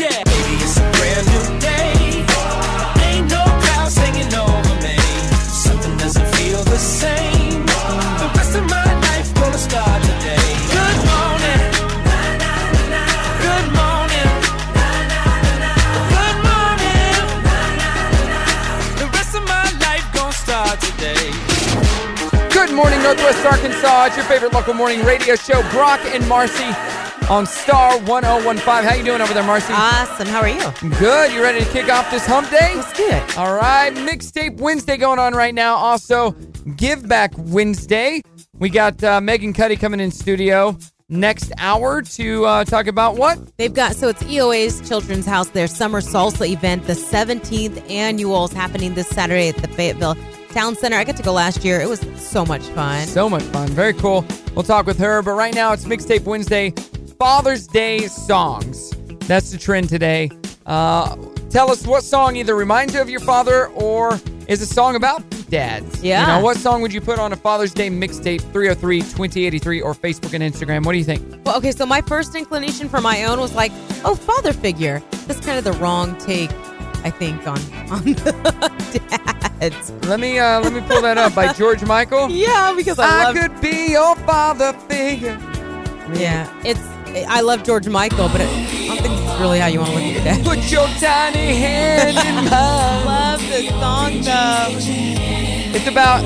yeah. Baby, it's a brand new day. Ain't no clouds hanging over me. Something doesn't feel the same. The rest of my life gonna start today. Good morning. Good morning. Good morning. The rest of my life gonna start today. Good morning, Northwest Arkansas. It's your favorite local morning radio show, Brock and Marcy on Star 1015. How you doing over there, Marcy? Awesome. How are you? Good. You ready to kick off this hump day? Let's do it. All right, Mixtape Wednesday going on right now. Also, Give Back Wednesday. We got uh, Megan Cuddy coming in studio next hour to uh, talk about what? They've got so it's EOA's Children's House, their summer salsa event, the 17th annual is happening this Saturday at the Fayetteville Town Center. I got to go last year. It was so much fun. So much fun. Very cool. We'll talk with her. But right now, it's Mixtape Wednesday, Father's Day songs. That's the trend today. Uh, tell us what song either reminds you of your father or is a song about dads. Yeah. You know, what song would you put on a Father's Day mixtape 303 2083 or Facebook and Instagram? What do you think? Well, okay, so my first inclination for my own was like, oh, father figure. That's kind of the wrong take, I think, on on the dads. Let me uh, let me pull that up by George Michael. Yeah, because I, I love could be your father figure. yeah, it's I love George Michael, but it, I don't think it's really how you want to look at your dad. Put your tiny hand in mine. love this song though. It's about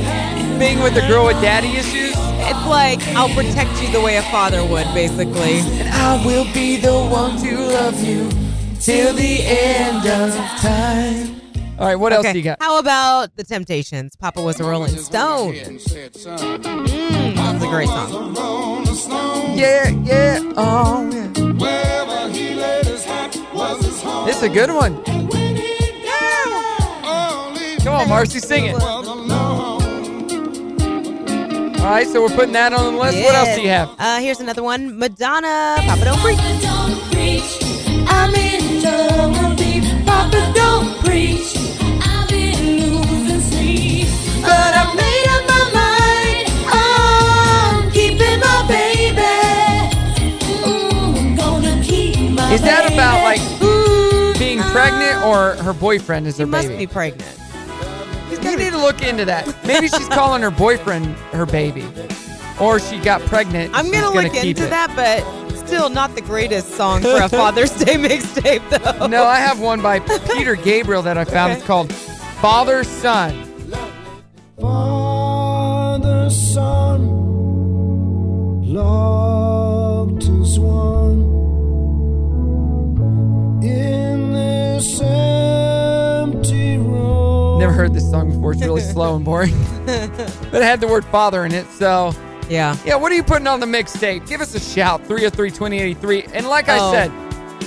being with a girl with daddy issues. It's like I'll protect you the way a father would, basically. I will be the one to love you till the end of time. All right, what else do you got? How about the Temptations? Papa was a Rolling Stone. Mm, that's a great song. Yeah, yeah, oh, yeah. This is a good one. Come on, Marcy, sing it. All right, so we're putting that on the list. What else do you Yes. have? Uh, here's another one. Madonna. Papa don't preach. Don't preach. I'm in trouble, deep. Papa, don't preach. I've been losing sleep, but I made up my mind. I'm keeping my baby. Ooh, I'm gonna keep my Is that about like baby. being pregnant or her boyfriend is her Must baby? be pregnant. You need to look into that. Maybe she's calling her boyfriend her baby, or she got pregnant. I'm she's gonna gonna look keep into it. that, but still not the greatest song for a Father's Day mixtape though. No, I have one by Peter Gabriel that I found. It's called Father Son. Father, Son, locked as one in this empty room. Never heard this song before. It's really slow and boring. but it had the word father in it. So, Yeah. yeah, what are you putting on the mixtape? Give us a shout 303 2083. And like I Oh. said,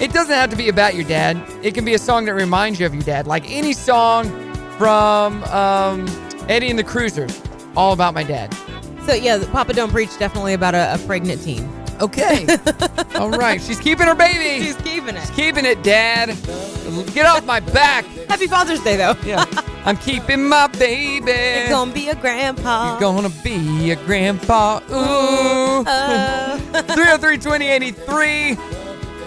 it doesn't have to be about your dad, it can be a song that reminds you of your dad. Like any song from um, Eddie and the Cruisers, all about my dad. So yeah, Papa Don't Preach definitely about a, a pregnant teen. Okay. all right. She's keeping her baby. She's keeping it. She's keeping it, Dad. Get off my back. Happy Father's Day though. Yeah. I'm keeping my baby. You're gonna be a grandpa. You're gonna be a grandpa. Ooh. Oh. 303 2083.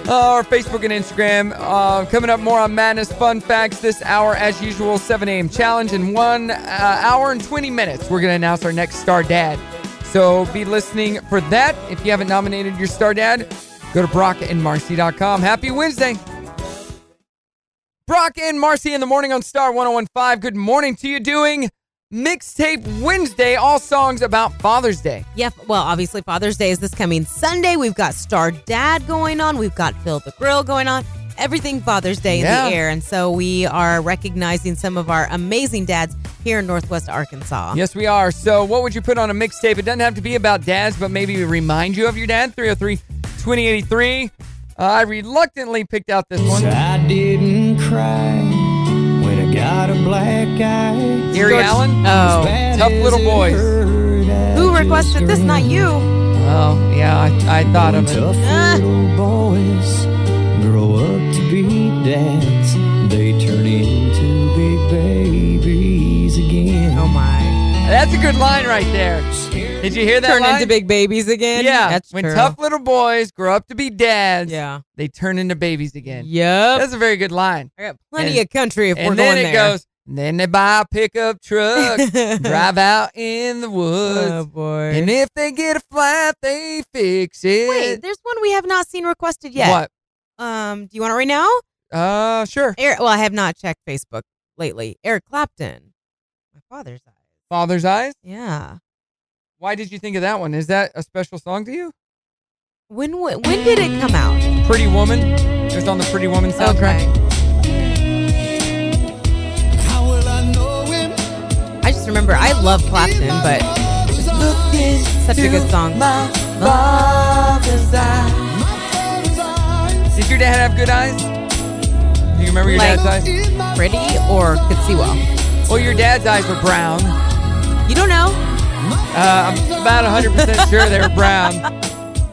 Uh, Our Facebook and Instagram. Uh, coming up more on Madness Fun Facts this hour, as usual, 7 a.m. challenge. In one uh, hour and 20 minutes, we're going to announce our next Star Dad. So be listening for that. If you haven't nominated your Star Dad, go to brockandmarcy.com. Happy Wednesday. Brock and Marcy in the morning on Star 1015. Good morning to you. Doing Mixtape Wednesday, all songs about Father's Day. Yeah, well, obviously Father's Day is this coming Sunday. We've got Star Dad going on. We've got Phil the Grill going on. Everything Father's Day Yeah. in the air. And so we are recognizing some of our amazing dads here in Northwest Arkansas. Yes, we are. So, what would you put on a mixtape? It doesn't have to be about dads, but maybe remind you of your dad. 303 2083. Uh, I reluctantly picked out this one. I didn't cry when I got a black eye. Gary Allen. Oh. Bad Tough Little as it Boys. hurt, I Who just requested this? Not you. Oh, yeah, I, I thought of it. Tough Ah. little boys grow dance, they turn into big babies again. Oh my. That's a good line right there. Did you hear that? Turn line? into big babies again. Yeah. That's when true. tough little boys grow up to be dads, Yeah. they turn into babies again. Yep. That's a very good line. I got plenty And- of country if we're and then going it there. goes. Then they buy a pickup truck, drive out in the woods, Oh boy. and if they get a flat, they fix it. Wait, there's one we have not seen requested yet. What? Um, do you want it right now? Uh, sure. Eric, well, I have not checked Facebook lately. Eric Clapton. My father's eyes. Father's eyes. Yeah. Why did you think of that one? Is that a special song to you? When wa- when did it come out? Pretty Woman. It was on the Pretty Woman soundtrack. I just remember I love Clapton, but such a good song. Did your dad have good eyes? Do you remember your Like- dad's eyes? Pretty or could see well. Well, your dad's eyes were brown. You don't know. Uh, I'm about 100% sure they were brown. I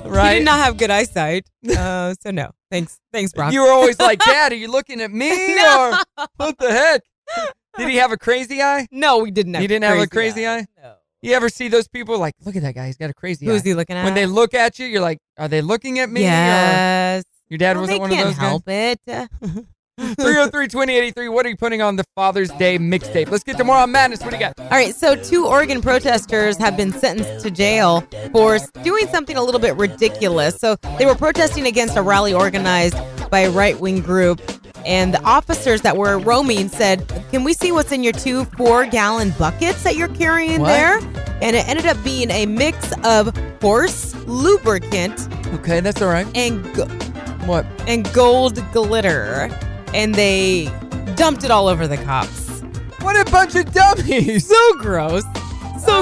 Right? did not have good eyesight, uh, so no. Thanks, thanks, Brock. You were always like, Dad, are you looking at me? No. Or what the heck? Did he have a crazy eye? no, we didn't. Have You didn't have a crazy eye? No. You ever see those people like, look at that guy, he's got a crazy Who's eye. he looking at? When they look at you, you're like, are they looking at me? uh, Or- yes. your dad Well, wasn't they one can't of those guys? help it. 303-2083, what are you putting on the Father's Day mixtape? Let's get to more on madness. What do you got? All right, so two Oregon protesters have been sentenced to jail for doing something a little bit ridiculous. So they were protesting against a rally organized by a right wing group. And the officers that were roaming said, Can we see what's in your two four gallon buckets that you're carrying What? there? And it ended up being a mix of horse lubricant Okay, that's all right. and, go- What? and gold glitter. And they dumped it all over the cops. What a bunch of dummies! So gross. So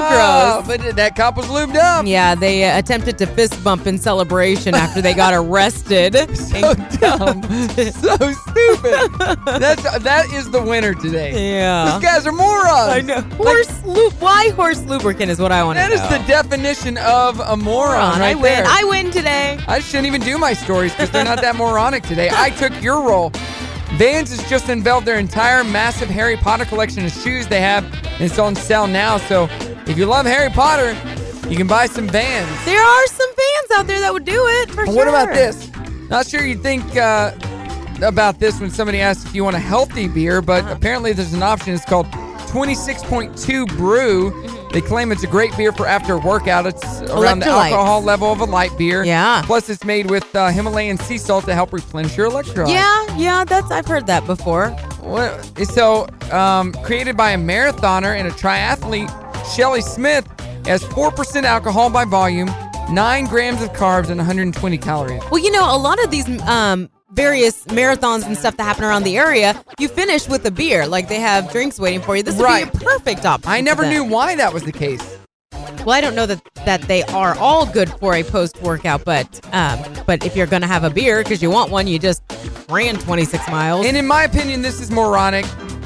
Oh, gross. But that cop was lubed up. Yeah, they uh, attempted to fist bump in celebration after they got arrested. So dumb. so stupid. That's that is the winner today. yeah. These guys are morons. I know. Horse lu- why horse lubricant is what I want to That know. is the definition of a moron, Moron, right I win. there. I win today. I shouldn't even do my stories because they're not that moronic today. I took your role. Vans has just unveiled their entire massive Harry Potter collection of shoes they have, and it's on sale now. So if you love Harry Potter, you can buy some Vans. There are some fans out there that would do it for But sure. What about this? Not sure you think uh, about this when somebody asks if you want a healthy beer, but Uh-huh. apparently there's an option. It's called 26.2 Brew. They claim it's a great beer for after workout. It's around the Mm-hmm. Electrolytes. alcohol level of a light beer. Yeah. Plus, it's made with uh, Himalayan sea salt to help replenish your electrolytes. Yeah, yeah, that's I've heard that before. What- So, um, created by a marathoner and a triathlete, Shelly Smith has 4% alcohol by volume, 9 grams of carbs, and 120 calories. Well, you know, a lot of these um, various marathons and stuff that happen around the area, you finish with a beer. Like they have drinks waiting for you. This would Right. be a perfect option. I for never them. knew why that was the case. Well, I don't know that that they are all good for a post workout, but um, but if you're gonna have a beer because you want one, you just ran 26 miles. And in my opinion, this is moronic.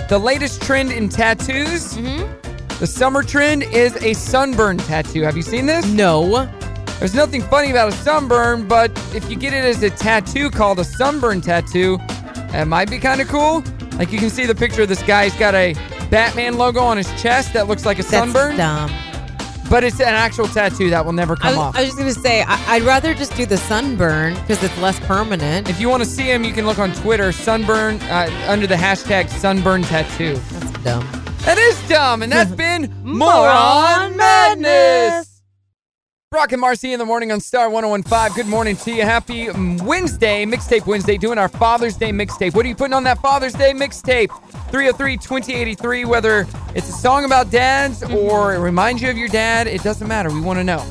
The latest trend in tattoos, Mm-hmm. the summer trend is a sunburn tattoo. Have you seen this? no, There's nothing funny about a sunburn, but if you get it as a tattoo called a sunburn tattoo, that might be kind of cool. Like you can see the picture of this guy. He's got a Batman logo on his chest that looks like a that's sunburn, dumb. but it's an actual tattoo that will never I come was, off. I was just gonna say I, I'd rather just do the sunburn because it's less permanent. if you want to see him, you can look on Twitter, sunburn, uh, under the hashtag sunburn tattoo. That's dumb. That is dumb, and that's been Moron Madness. Moron Madness. Brock and Marcy in the morning on Star 1015. Good morning to you. Happy um, Wednesday, Mixtape Wednesday, doing our Father's Day mixtape. What are you putting on that Father's Day mixtape? 303 2083. Whether it's a song about dads Mm-hmm. or it reminds you of your dad, it doesn't matter. We want to know.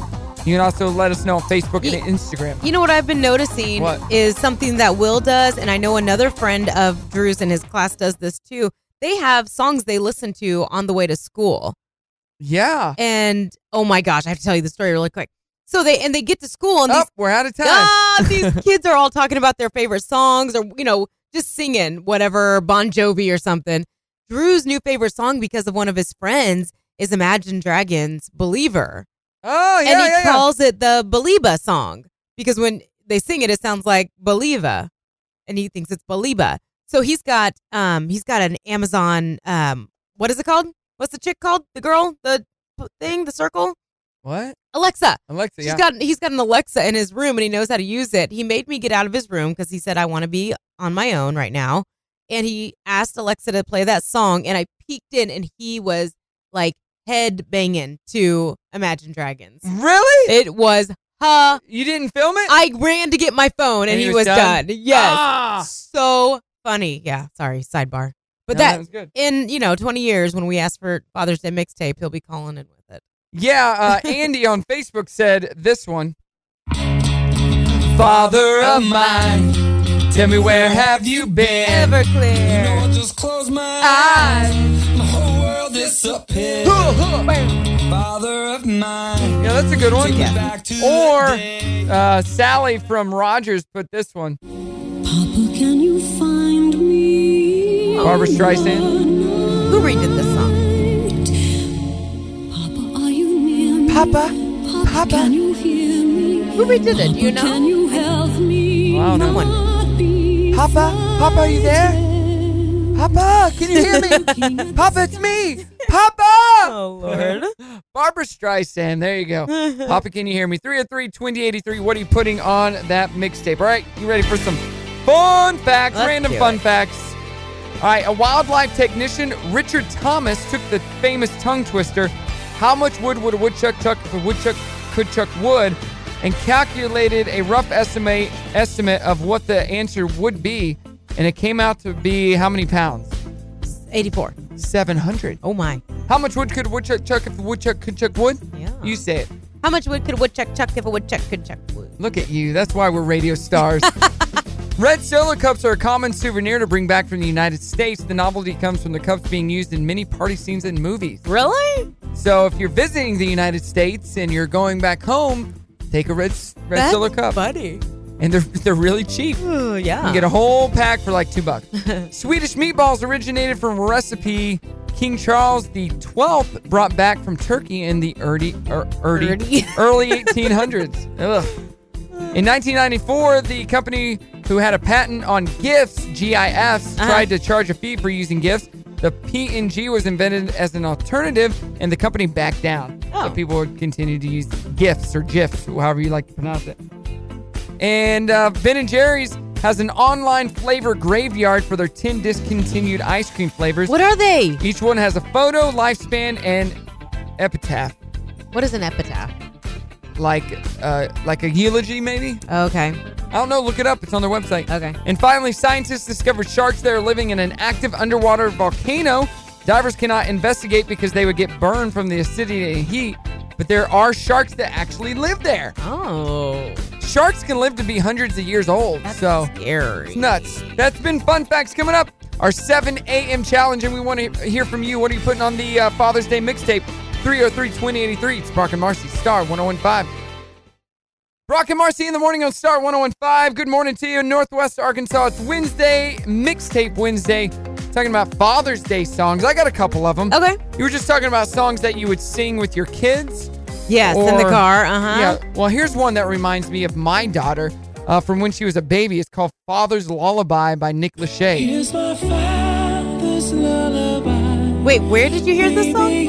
You can also let us know on Facebook Ye- and Instagram. You know what I've been noticing What? is something that Will does, and I know another friend of Drew's in his class does this too. They have songs they listen to on the way to school. Yeah. And oh my gosh, I have to tell you the story really quick. So they and they get to school and these Up, Oh, we're out of time. Ah, these kids are all talking about their favorite songs or, you know, just singing whatever Bon Jovi or something. Drew's new favorite song because of one of his friends is Imagine Dragons Believer. Oh, yeah, and he yeah, yeah. calls it the Belieba song because when they sing it, it sounds like Believa. And he thinks it's Belieba. So he's got um he's got an Amazon um what is it called? What's the chick called? The girl, the p- thing, the circle? What? Alexa. Alexa, She's yeah. got he's got an Alexa in his room and he knows how to use it. He made me get out of his room because he said I want to be on my own right now. And he asked Alexa to play that song and I peeked in and he was like head banging to Imagine Dragons. Mm-hmm. really? It was huh. you didn't film it? I ran to get my phone and, he, was, done. Yes. Ah! So funny. Yeah. Sorry. Sidebar. But No, that, was good. in you know 20 years when we ask for Father's Day mixtape, he'll be calling in with it. Yeah, uh, Andy on Facebook said this one. Father of mine, tell me where have you been? Everclear. Ah. Just close my eyes. My whole world disappears. Father of mine. Yeah, that's a good one. Take me back to Or the day. uh, Sally from Rogers put this one. Papa, can you find me? Barbara Streisand. Who redid this song? Papa, are you near me? Papa. Papa, can you hear me? Who redid it? Do you know? Can you help me? Wow, no one. Not be Papa, Papa, are you there? Papa, can you hear me? Papa, it's me. Papa. Oh Lord. Barbara Streisand. There you go. Papa, can you hear me? 303 2083. What are you putting on that mixtape? All right, you ready for some fun facts, Let's random do fun it. facts? All right, a wildlife technician, Richard Thomas, took the famous tongue twister. How much wood would a woodchuck chuck if a woodchuck could chuck wood? And calculated a rough estimate estimate of what the answer would be, and it came out to be how many pounds? 84. Seven hundred. Oh my. How much wood could a woodchuck chuck if a woodchuck could chuck wood? Yeah. You say it. How much wood could a woodchuck chuck if a woodchuck could chuck wood? Look at you. That's why we're radio stars. Red Solo cups are a common souvenir to bring back from the United States. The novelty comes from the cups being used in many party scenes and movies. Really? So if you're visiting the United States and you're going back home, take a red red That's Solo cup. buddy. And they're they're really cheap. Ooh, You yeah. can get a whole pack for like two bucks. Swedish meatballs originated from a recipe King Charles the Twelfth brought back from Turkey in the early, er, early, Early. early 1800s. Ugh. In 1994, the company who had a patent on gifts, GIFs, Uh-huh. tried to charge a fee for using gifts. The P&G was invented as an alternative, and the company backed down. Oh. So people would continue to use gifts or GIFs, however you like to pronounce it. And uh, Ben and Jerry's has an online flavor graveyard for their 10 discontinued ice cream flavors. what are they? Each one has a photo, lifespan, and epitaph, What is an epitaph? like uh, like a eulogy, maybe. Okay. I don't know. Look it up. It's on their website. Okay. And finally, scientists discovered sharks that are living in an active underwater volcano. Divers cannot investigate because they would get burned from the acidity and heat. But there are sharks that actually live there. Oh. Sharks can live to be hundreds of years old. That's so scary. It's nuts. That's been fun facts coming up. Our 7 a.m. challenge, and we want to hear from you. What are you putting on the uh, Father's Day mixtape? 303 2083. It's Brock and Marcy, Star 1015. Brock and Marcy in the morning on Star 1015. Good morning to you in Northwest Arkansas. It's Wednesday, Mixtape Wednesday. Talking about Father's Day songs. I got a couple of them. Okay. You were just talking about songs that you would sing with your kids. Yes, in the Or- car. Uh-huh. Yeah. Well, here's one that reminds me of my daughter uh, from when she was a baby. It's called Father's Lullaby by Nick Lachey. Here's my father's lullaby. Wait, where did you hear this song?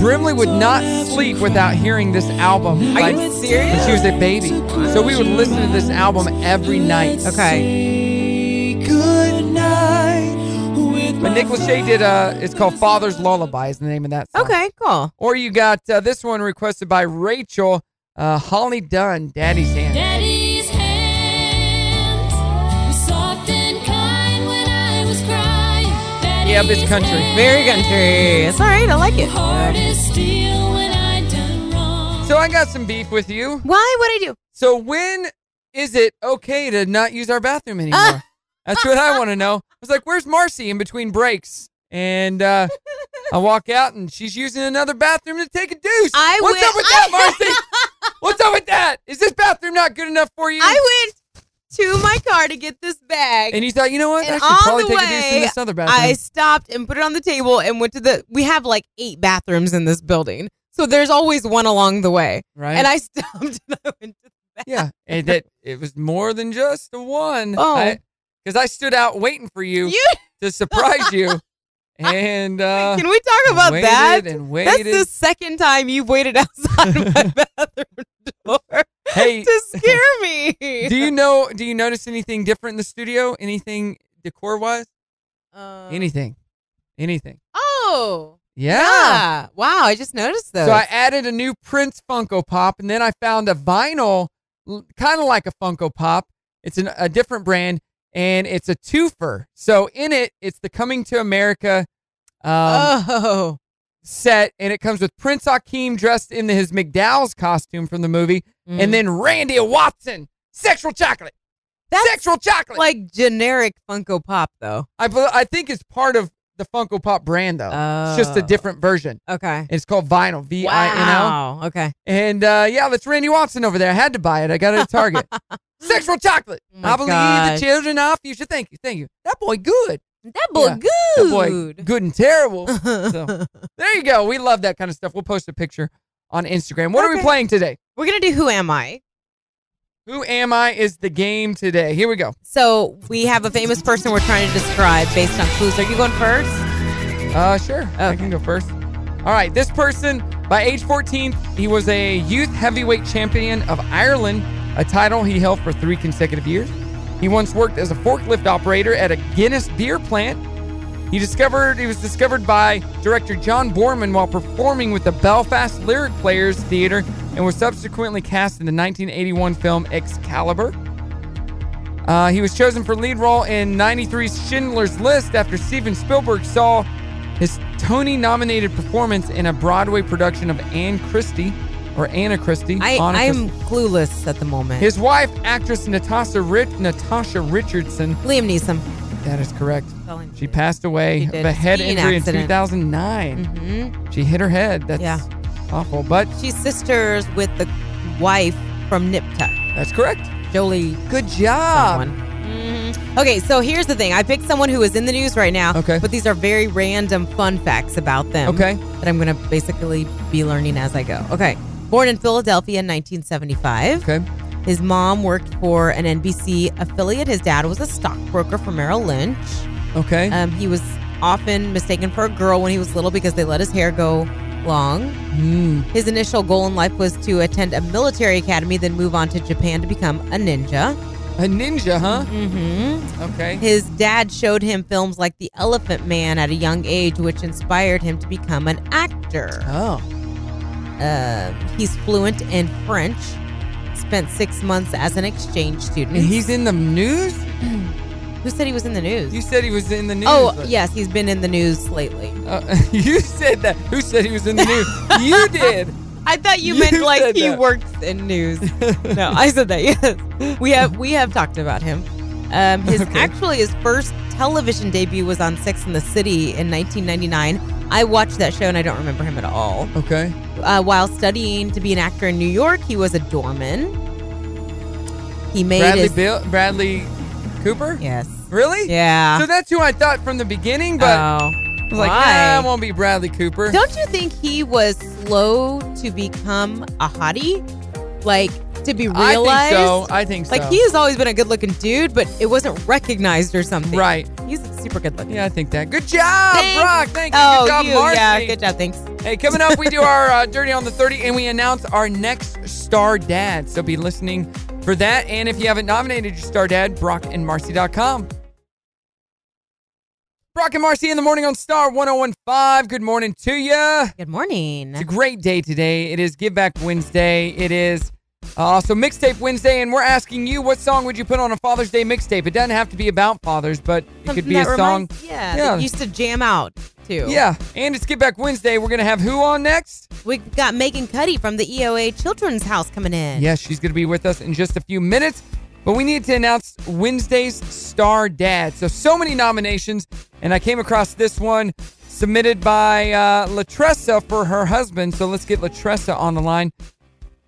Brimley would not sleep without hearing this album. Are by- you serious? When she was a baby. So we would listen to this album every night. Okay. Good night. With But Nick Lachey did, uh, it's called Father's Lullaby is the name of that song. Okay, cool. Or you got uh, this one requested by Rachel, uh, Holly Dunn, Daddy's Hand. Daddy's hands were soft and kind when I was crying. Yeah, but it's Daddy's country. hands Very country. It's all right. I like it. Hard as steel when I done wrong. So I got some beef with you. Why would I do? So when is it okay to not use our bathroom anymore? That's what I want to know. I was like, "Where's Marcy?" In between breaks, and uh, I walk out, and she's using another bathroom to take a deuce. I What's went- up with that, Marcy? What's up with that? Is this bathroom not good enough for you? I went to my car to get this bag. and you thought, you know what? I And should probably on the take a deuce in way, this other bathroom. I stopped and put it on the table and went to the. We have like eight bathrooms in this building, so there's always one along the way. right? And I stopped and I went. To, yeah, and that it was more than just the one. Oh. because I stood out waiting for you, You- to surprise you. And uh, Can we talk about waited that? and That's waited. the second time you've waited outside my bathroom door hey, to scare me. do you know? Do you notice anything different in the studio? Anything decor wise? Uh, Anything? Anything? Oh, Yeah. yeah. Wow, I just noticed those. So I added a new Prince Funko Pop, and then I found a vinyl, kind of like a Funko Pop. It's an, a different brand, and it's a twofer. So in it, it's the Coming to America um, oh, set, and it comes with Prince Akeem dressed in his McDowell's costume from the movie, Mm. and then Randy Watson, sexual chocolate, that's sexual chocolate. like generic Funko Pop, though. I, bel- I think it's part of the Funko Pop brand, though. It's just a Oh. different version. Okay. It's called Vinyl, V I N L. Wow. Okay. And uh, yeah, that's Randy Watson over there. I had to buy it. I got it at Target. Sexual chocolate. Oh my I believe gosh. the children are future. Thank you. Thank you. That boy good. That boy Yeah, good. That boy good and terrible. So there you go. We love that kind of stuff. We'll post a picture on Instagram. What are we Okay. playing today? We're gonna do Who Am I? Who am I is the game today. Here we go. So we have a famous person we're trying to describe based on clues. Are you going first? Uh, sure. I Okay. can go first. All right. This person, by age 14, he was a youth heavyweight champion of Ireland, a title he held for three consecutive years. He once worked as a forklift operator at a Guinness beer plant. He discovered he was discovered by director John Borman while performing with the Belfast Lyric Players Theater and was subsequently cast in the 1981 film Excalibur. Uh, he was chosen for lead role in 93's Schindler's List after Steven Spielberg saw his Tony nominated performance in a Broadway production of Anne Christie or Anna Christie. I Anna I'm Christie. clueless at the moment. his wife, actress Natasha, Rich, Natasha Richardson. Liam Neeson. That is correct. Tell him. She passed away She of did. a head Skiing injury in accident. Mm. 2009. She hit her head. That's Yeah. awful, but Mm-hmm. She's sisters with the wife from Nip Tuck, that's correct. Jolie. Good job. someone. Mm-hmm. Okay, so here's the thing. I picked someone who is in the news right now. Okay. But these are very random fun facts about them. Okay. That I'm going to basically be learning as I go. Okay. Born in Philadelphia in 1975. Okay. His mom worked for an NBC affiliate. His dad was a stockbroker for Merrill Lynch. Okay. Um, he was often mistaken for a girl when he was little because they let his hair go long. Hmm. His initial goal in life was to attend a military academy, then move on to Japan to become a ninja. a ninja, huh? Mm-hmm. Okay. His dad showed him films like The Elephant Man at a young age, which inspired him to become an actor. Oh. Uh, he's fluent in French. Spent six months as an exchange student. And he's in the news? Who said he was in the news? You said he was in the news. oh, but- yes, he's been in the news lately. Uh, you said that. Who said he was in the news? you did. I thought you, You meant said like he that. works in news. no, I said that. Yes, we have we have talked about him. Um, his actually his first television debut was on Sex in the City in 1999. I watched that show and I don't remember him at all. Okay. Uh, while studying to be an actor in New York, he was a doorman. He made Bradley his Bill Bradley Cooper? yes, Really? yeah. So that's who I thought from the beginning, but Oh. I was like, why? nah, it won't be Bradley Cooper. Don't you think he was slow to become a hottie? Like to be I realized? think so. I think so. Like he has always been a good-looking dude, but it wasn't recognized or something. Right. He's super good-looking. Yeah, I think that. Good job, Thanks. Brock. Thank you. Oh, good job, you, Marcy. yeah. Good job. Thanks. Hey, coming up, we do our uh, Dirty on the 30, and we announce our next star dad. So be listening for that. And if you haven't nominated your star dad, brockandmarcy.com. Brock and Marcy in the morning on Star 1015. Good morning to you. Good morning. It's a great day today. It is Give Back Wednesday. It is uh, also Mixtape Wednesday, and we're asking you what song would you put on a Father's Day mixtape? It doesn't have to be about fathers, but it could Something be a that song. reminds- Yeah. Yeah. yeah. Used to jam out too. Yeah, and it's Give Back Wednesday. We're going to have who on next? We got Megan Cuddy from the EOA Children's House coming in. Yes, she's going to be with us in just a few minutes. But we need to announce Wednesday's Star Dad. So, so many nominations. And I came across this one submitted by uh, Latressa for her husband. So, let's get Latressa on the line.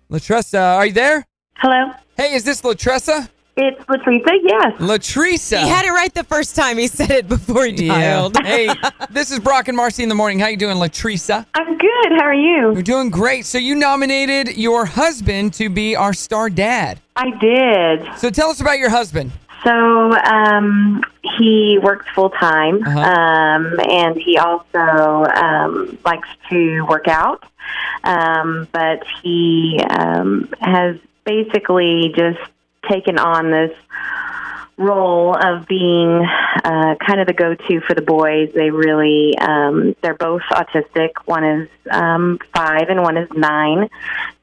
Latressa, are you there? Hello. Hey, is this Latressa? It's Latricia. Yes. Latressa. He had it right the first time. He said it before he yeah. dialed. hey, this is Brock and Marcy in the morning. How you doing, Latressa? I'm good. How are you? You're doing great. So you nominated your husband to be our star dad. I did. So tell us about your husband. So um, he works full time, Uh-huh. um, and he also um, likes to work out, um, but he um, has basically just taken on this role of being uh, kind of the go-to for the boys. They really, um, they're both autistic. One is um, five and one is nine,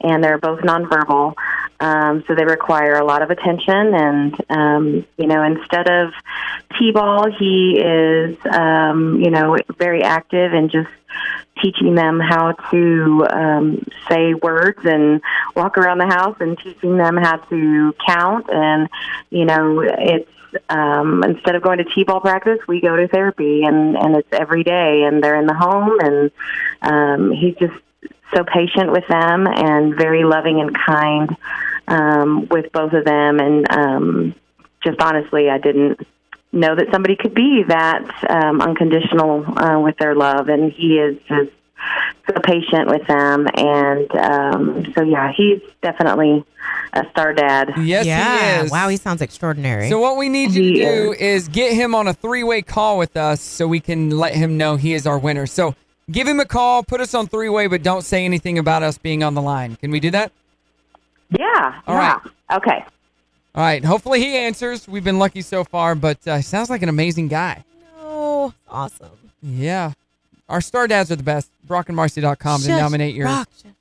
and they're both nonverbal. Um, so they require a lot of attention. And um, you know, instead of t-ball, he is um, you know very active and just teaching them how to um, say words and walk around the house and teaching them how to count and you know it's um, instead of going to t-ball practice we go to therapy and and it's every day and they're in the home and um, he's just so patient with them and very loving and kind um, with both of them and um, just honestly I didn't know that somebody could be that um, unconditional uh, with their love, and he is just so patient with them. And um, so, yeah, he's definitely a star dad. Yes, yeah. he is. Wow, he sounds extraordinary. So what we need you to He do is get him on a three-way call with us so we can let him know he is our winner. So give him a call, put us on three-way, but don't say anything about us being on the line. Can we do that? Yeah. All yeah. Okay. All right. Hopefully he answers. We've been lucky so far, but uh, sounds like an amazing guy. oh, awesome. Yeah. Our star dads are the best. BrockandMarcy.com to Shush, nominate your. rock.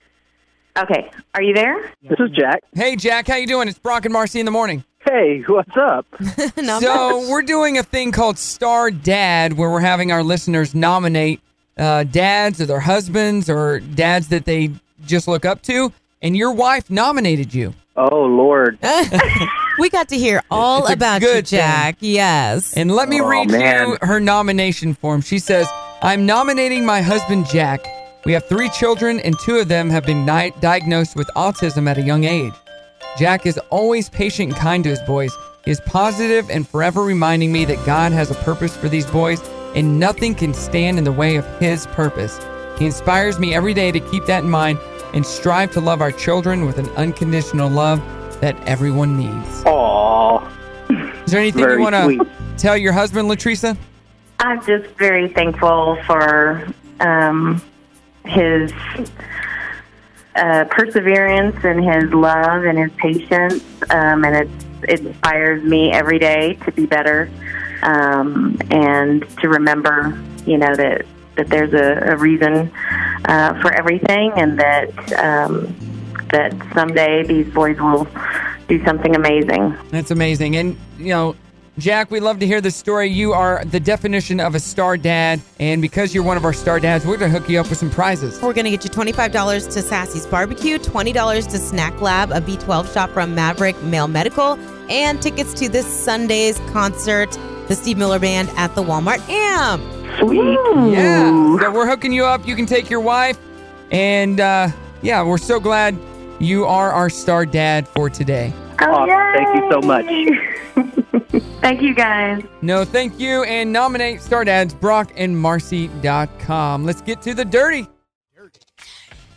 Okay. Are you there? This is Jack. Hey Jack, how you doing? It's Brock and Marcy in the morning. Hey, what's up? Number- So we're doing a thing called Star Dad, where we're having our listeners nominate uh, dads or their husbands or dads that they just look up to, and your wife nominated you. Oh Lord. we got to hear all It's a about you, good thing. Jack. Yes. And let me Oh, read man. you her nomination form. She says, "I'm nominating my husband Jack. We have three children, and two of them have been ni- diagnosed with autism at a young age. Jack is always patient and kind to his boys. He is positive and forever reminding me that God has a purpose for these boys, and nothing can stand in the way of His purpose. He inspires me every day to keep that in mind and strive to love our children with an unconditional love that everyone needs. Aw. Is there anything Oh, Very you want sweet. to tell your husband, Latricia? I'm just very thankful for um, his uh, perseverance and his love and his patience, um, and it, it inspires me every day to be better um, and to remember, you know, that that there's a, a reason uh, for everything, and that um, that someday these boys will do something amazing. That's amazing. And, you know, Jack, we love to hear this story. You are the definition of a star dad. And because you're one of our star dads, we're going to hook you up with some prizes. We're going to get you $25 to Sassy's Barbecue, $20 to Snack Lab, a B12 shop from Maverick Male Medical, and tickets to this Sunday's concert, the Steve Miller Band at the Walmart AM. Sweet. Mm. Yeah. So we're hooking you up. You can take your wife. And, uh, yeah, we're so glad you are our star dad for today. Awesome. Thank you so much. Thank you, guys. No, thank you. And nominate star dads, Brock and Marcy.com. Let's get to the dirty.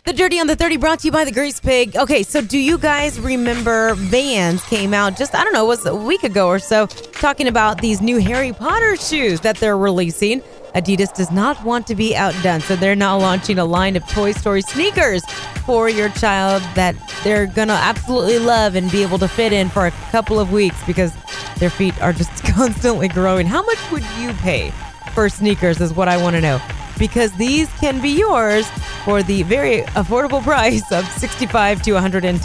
The Dirty on the 30 brought to you by the Grease Pig. Okay, so do you guys remember Vans came out just, I don't know, it was a week ago or so, talking about these new Harry Potter shoes that they're releasing? Adidas does not want to be outdone, so they're now launching a line of Toy Story sneakers for your child that they're gonna absolutely love and be able to fit in for a couple of weeks because their feet are just constantly growing. How much would you pay for sneakers is what I want to know. Because these can be yours for the very affordable price of $65 to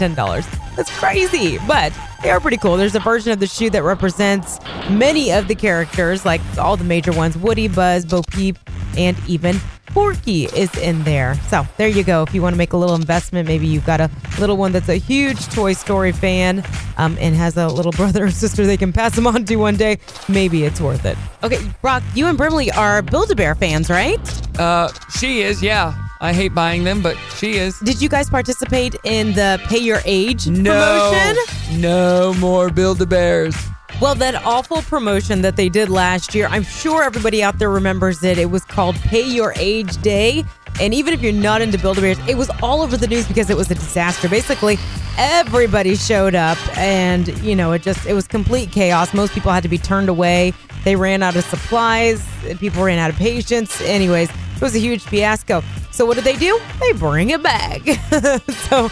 $110. That's crazy, but they are pretty cool. There's a version of the shoe that represents many of the characters, like all the major ones Woody, Buzz, Bo Peep, and even Forky is in there. So there you go. If you want to make a little investment, maybe you've got a little one that's a huge Toy Story fan um, and has a little brother or sister they can pass them on to one day. Maybe it's worth it. Okay, Brock, you and Brimley are Build-A-Bear fans, right? Uh, she is, yeah. I hate buying them, but she is. Did you guys participate in the Pay Your Age No. promotion? No more Build-A-Bears. Well, that awful promotion that they did last year, I'm sure everybody out there remembers it. It was called Pay Your Age Day. And even if you're not into Build-A-Bears, it was all over the news because it was a disaster. Basically, everybody showed up and, you know, it just, it was complete chaos. Most people had to be turned away. They ran out of supplies. People ran out of patience. Anyways, it was a huge fiasco. So what did they do? They bring it back. so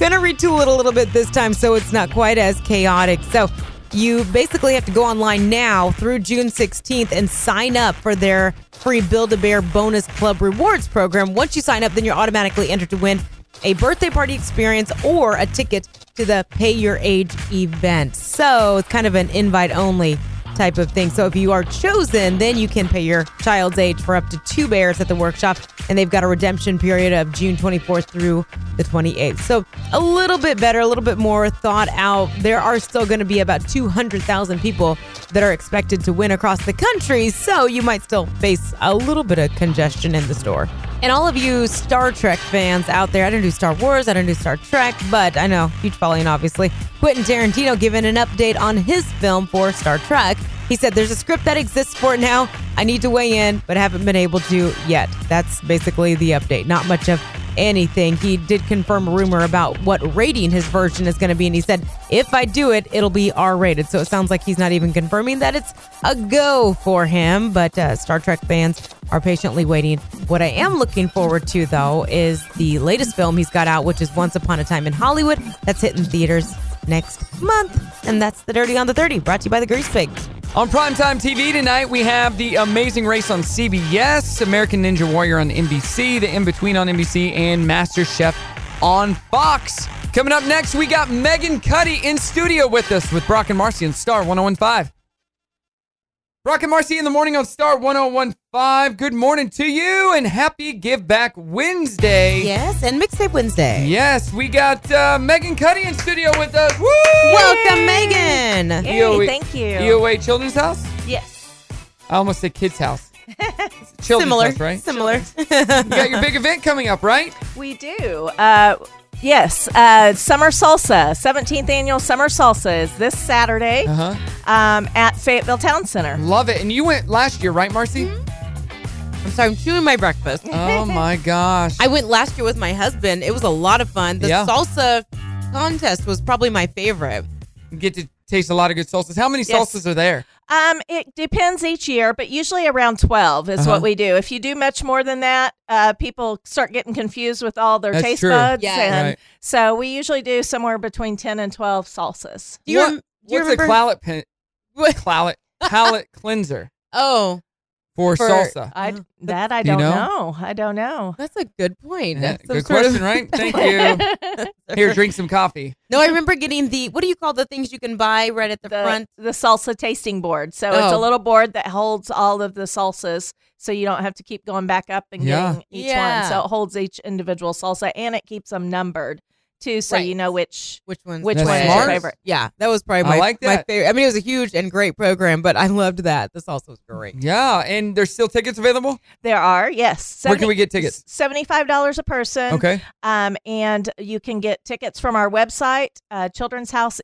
gonna retool it a little bit this time so it's not quite as chaotic. So you basically have to go online now through June 16th and sign up for their free Build a Bear Bonus Club Rewards program. Once you sign up, then you're automatically entered to win a birthday party experience or a ticket to the Pay Your Age event. So it's kind of an invite only type of thing. So if you are chosen, then you can pay your child's age for up to two bears at the workshop, and they've got a redemption period of June 24th through the 28th. So a little bit better, a little bit more thought out. There are still going to be about 200,000 people that are expected to win across the country, so you might still face a little bit of congestion in the store. And all of you Star Trek fans out there, I don't do Star Wars, I don't do Star Trek, but I know, huge following, obviously. Quentin Tarantino giving an update on his film for Star Trek. He said, There's a script that exists for it now. I need to weigh in, but haven't been able to yet. That's basically the update. Not much of anything. He did confirm a rumor about what rating his version is going to be, and he said, If I do it, it'll be R rated. So it sounds like he's not even confirming that it's a go for him, but uh, Star Trek fans are patiently waiting. What I am looking forward to, though, is the latest film he's got out, which is Once Upon a Time in Hollywood. That's hitting theaters next month. And that's The Dirty on the 30, brought to you by The Grease Pig. On primetime TV tonight, we have The Amazing Race on CBS, American Ninja Warrior on NBC, The In Between on NBC, and Master Chef on Fox. Coming up next, we got Megan Cuddy in studio with us with Brock and Marcy on Star 1015. Brock and Marcy in the morning on Star 1015. Good morning to you and happy Give Back Wednesday. Yes, and Mixtape Wednesday. Yes, we got uh, Megan Cuddy in studio with us. Woo! Welcome, Megan. Yay, thank you. EOA Children's House? Yes. I almost said Kids House. Children's similar, House, right? similar. You got your big event coming up, right? We do. Uh, yes. Uh, summer Salsa, 17th annual Summer Salsa is this Saturday Uh-huh. um, at Fayetteville Town Center. Love it. And you went last year, right, Marcy? Mm-hmm. I'm sorry, I'm chewing my breakfast. Oh my gosh. I went last year with my husband. It was a lot of fun. The Yeah. salsa contest was probably my favorite. get to taste a lot of good salsas. How many Yes. salsas are there? Um, it depends each year, but usually around 12 is Uh-huh. what we do. If you do much more than that, uh, people start getting confused with all their That's taste true. buds. Yes. And Right. so we usually do somewhere between 10 and 12 salsas. Do you, What- rem- do you What's a remember? clallet pen- What? clallet palate cleanser oh, for, For- salsa? I, Mhm. that I Do you don't know? know? I don't know. that's a good point. Yeah, That's some Eh, good sort of- question, right? Thank you. Here, drink some coffee. No, I remember getting the what do you call the things you can buy right at the, front? the salsa tasting board. So it's Oh. a little board that holds all of the salsas, so you don't have to keep going back up and Yeah. getting each Yeah. one. So it holds each individual salsa, and it keeps them numbered too, so you Right. know which. Which one? Which That's one is your smart. favorite? Yeah, that was probably I my, like my that. favorite. I mean, it was a huge and great program, but I loved that. The salsa was great. Yeah, and there's still tickets available. There are yes. Where can we get tickets? Seventy-five dollars a person. Okay. Um, and you can get tickets from our website, uh,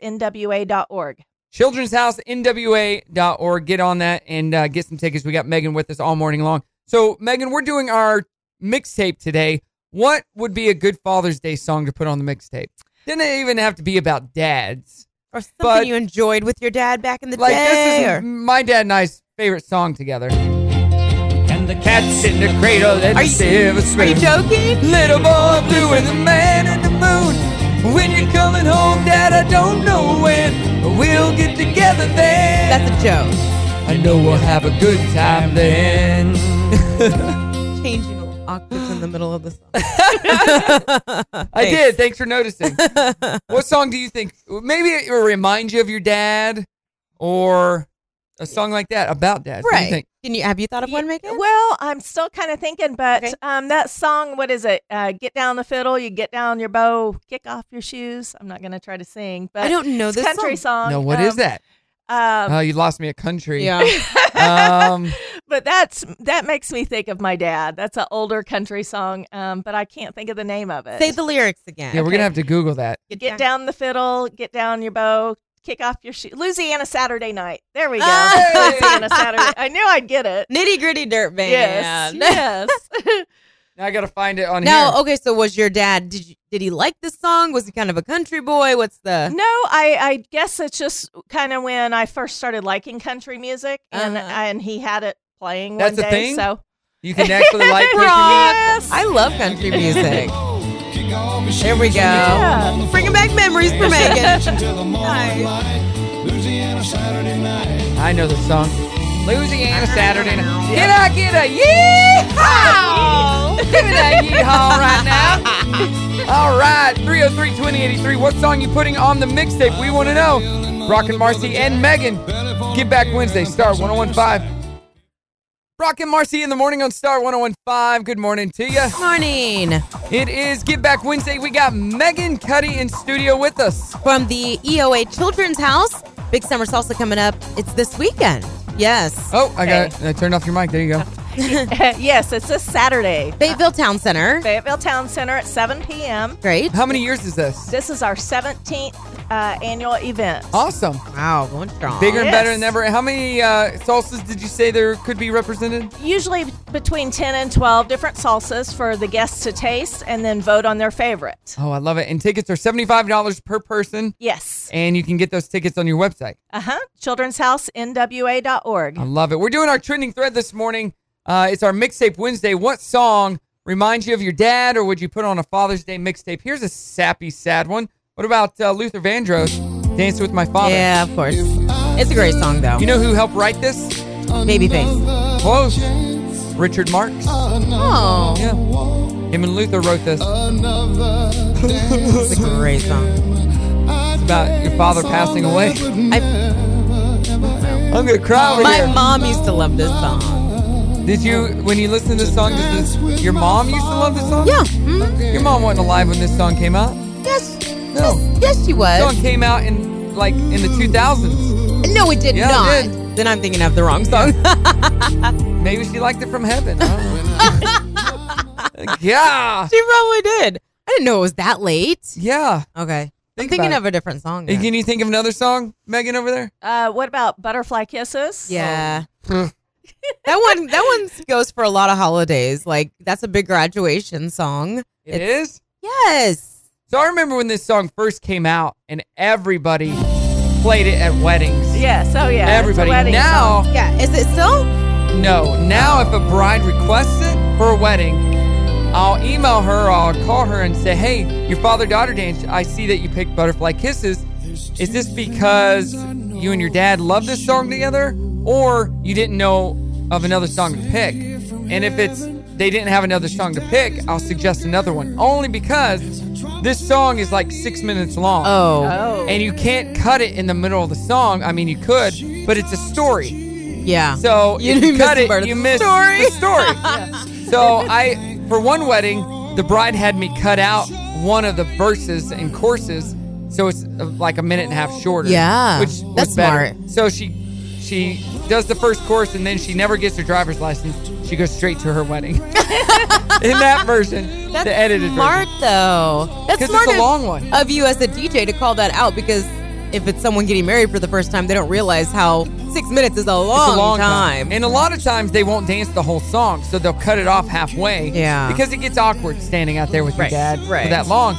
children'shousenwa.org. Children's House NWA.org. Get on that and uh, get some tickets. We got Megan with us all morning long. So, Megan, we're doing our mixtape today. What would be a good Father's Day song to put on the mixtape? Didn't it even have to be about dads. Or something But- you enjoyed with your dad back in the Like, day. this or- is my dad and I's favorite song together. And the Cats in the cradle and Are the you- silver Are you spoon. joking? Little boy blue and the man in the moon. When you're coming home, Dad, I don't know when. But we'll get together then. That's a joke. I know we'll have a good time then. Changing octaves in the middle of the song. I did. Thanks for noticing. what song do you think? Maybe it will remind you of your dad, or a song like that about dad. What do you Right? think? Can you have you thought of one, Megan? Well, I'm still kind of thinking, but Okay. um, that song, what is it? Uh, get down the fiddle, you get down your bow, kick off your shoes. I'm not going to try to sing, but I don't know it's this country song. song. No, what is that? that? Um, Oh, you lost me at country. Yeah. Um, but that's that makes me think of my dad. That's an older country song, um, but I can't think of the name of it. Say the lyrics again. yeah, we're gonna have to Google that. get down the fiddle, get down your bow, Kick off your shoes. Louisiana Saturday night. There we go. Ah. Louisiana Saturday. I knew I'd get it. Nitty gritty dirt band. Yes. Yes. Now I got to find it on Now, here. okay, so was your dad? Did you, did he like this song? Was he kind of a country boy? What's the? No, I, I guess it's just kind of when I first started liking country music, and Uh-huh. and he had it playing That's one a day. thing? So You can actually like country music. yes, I love country music. there we go. Yeah. Bringing back memories for Megan. Nice. I know the song. Louisiana Saturday night. Can I get a yeehaw? Give me that yeehaw right now. All right, 303-2083. What song you putting on the mixtape? We want to know. Brock and Marcy and Megan. Get back Wednesday. Star 1015. Brock and Marcy in the morning on Star 1015. Good morning to you. Morning It is Get Back Wednesday. We got Megan Cuddy in studio with us. from the EOA Children's House. Big summer salsa coming up. It's this weekend. Yes, Oh, I got I turned off your mic. There you go. yes, it's this Saturday, Fayetteville Town Center. Fayetteville Town Center at 7 p.m. Great. How many years is this? This is our 17th uh, annual event. Awesome. Wow, going strong. Bigger and better Yes. than ever. How many uh, salsas did you say there could be represented? Usually between 10 and 12 different salsas for the guests to taste and then vote on their favorite. Oh, I love it. And tickets are $75 per person, Yes. and you can get those tickets on your website. Uh huh. Children's House NWA.org. I Um, love it. We're doing our trending thread this morning. Uh, it's our mixtape Wednesday. What song reminds you of your dad, or would you put on a Father's Day mixtape? Here's a sappy, sad one. What about uh, Luther Vandross, Dancing with My Father? Yeah, of course. It's a great song though. You know who helped write this? Babyface. Close. Richard Marx. Oh, Yeah. Him and Luther wrote this. It's it's a great song. about your father passing away. I, I'm gonna cry over my here. mom used to love this song. Did you, when you listened to this song, did this, your mom used to love this song? Yeah. mhm. Your mom wasn't alive when this song came out. Yes. No. Yes, yes, she was. This song came out in like in the 2000s. No, it did Yeah, not. it Then I'm thinking of the wrong song. Maybe she liked it from heaven. I don't know. yeah, she probably did. I didn't know it was that late. yeah. Okay. I'm Think thinking about of a different song. Hey, then. Can you think of another song, Megan, over there? Uh, what about Butterfly Kisses? Yeah. Oh. that one that one goes for a lot of holidays. Like that's a big graduation song. It is. Yes. So I remember when this song first came out, and everybody played it at weddings. Yes. Oh, yeah. it's a Everybody. wedding Now, song. Yeah. Is it still? No. Now, if a bride requests it for a wedding, I'll email her, I'll call her and say, hey, your father daughter dance, I see that you picked Butterfly Kisses. Is this because you and your dad love this song together, or you didn't know of another song to pick? And if it's they didn't have another song to pick, I'll suggest another one. Only because this song is like six minutes long. Oh. And you can't cut it in the middle of the song. I mean, you could, but it's a story. Yeah. So if You didn't you miss cut the it, part of you the missed story. the story. So I, for one wedding, the bride had me cut out one of the verses and courses, so it's uh, like a minute and a half shorter. Yeah, which was that's better. smart. So she, she does the first course, and then she never gets her driver's license. She goes straight to her wedding. in that version, That's the edited smart though. That's because smart it's a of- long one. of you as a DJ to call that out because if it's someone getting married for the first time, they don't realize how six minutes is a long, It's a long time. And a lot of times they won't dance the whole song, so they'll cut it off halfway. Yeah. Because it gets awkward standing out there with Right, your dad right. for that long.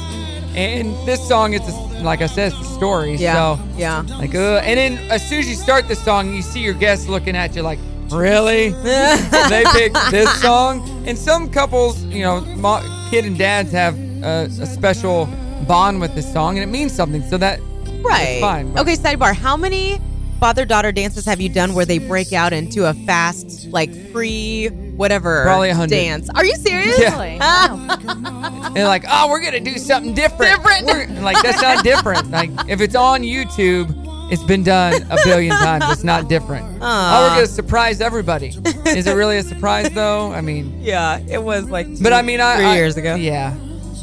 And this song, it's a, like I said, it's a story. yeah. So, yeah. like, uh, and then as soon as you start the song, you see your guests looking at you like, really? they picked this song? And some couples, you know, mo- kid and dads have uh, a special bond with this song, and it means something. So that Right. fine, but- Okay, sidebar. How many father daughter dances have you done where they break out into a fast, like free, whatever Probably 100. dance? Are you serious? Yeah. Really? And they're like, oh, we're gonna do something different. Different. like that's not different. Like if it's on YouTube, it's been done a billion times. It's not different. Oh, we're gonna surprise everybody. Is it really a surprise though? I mean, yeah, it was like. but I mean, I Three I- years ago. Yeah,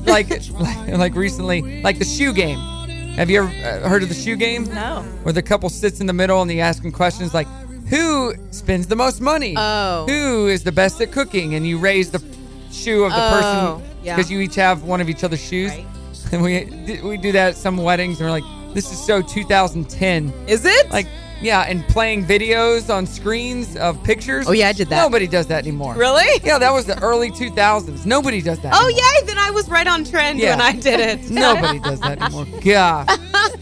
like, like like recently, like the shoe game. Have you ever uh, heard of the shoe game? No. Where the couple sits in the middle and they ask them questions like, who spends the most money? Oh. Who is the best at cooking? And you raise the shoe of the Oh, person yeah. because you each have one of each other's shoes. Right. And we we do that at some weddings, and we're like, This is so 2010. Is it? Like, yeah, and playing videos on screens of pictures. Oh, yeah, I did that. Nobody does that anymore. really? Yeah, that was the early 2000s. Nobody does that. Oh anymore. yay! Then I was right on trend Yeah. when I did it. Nobody does that anymore. God.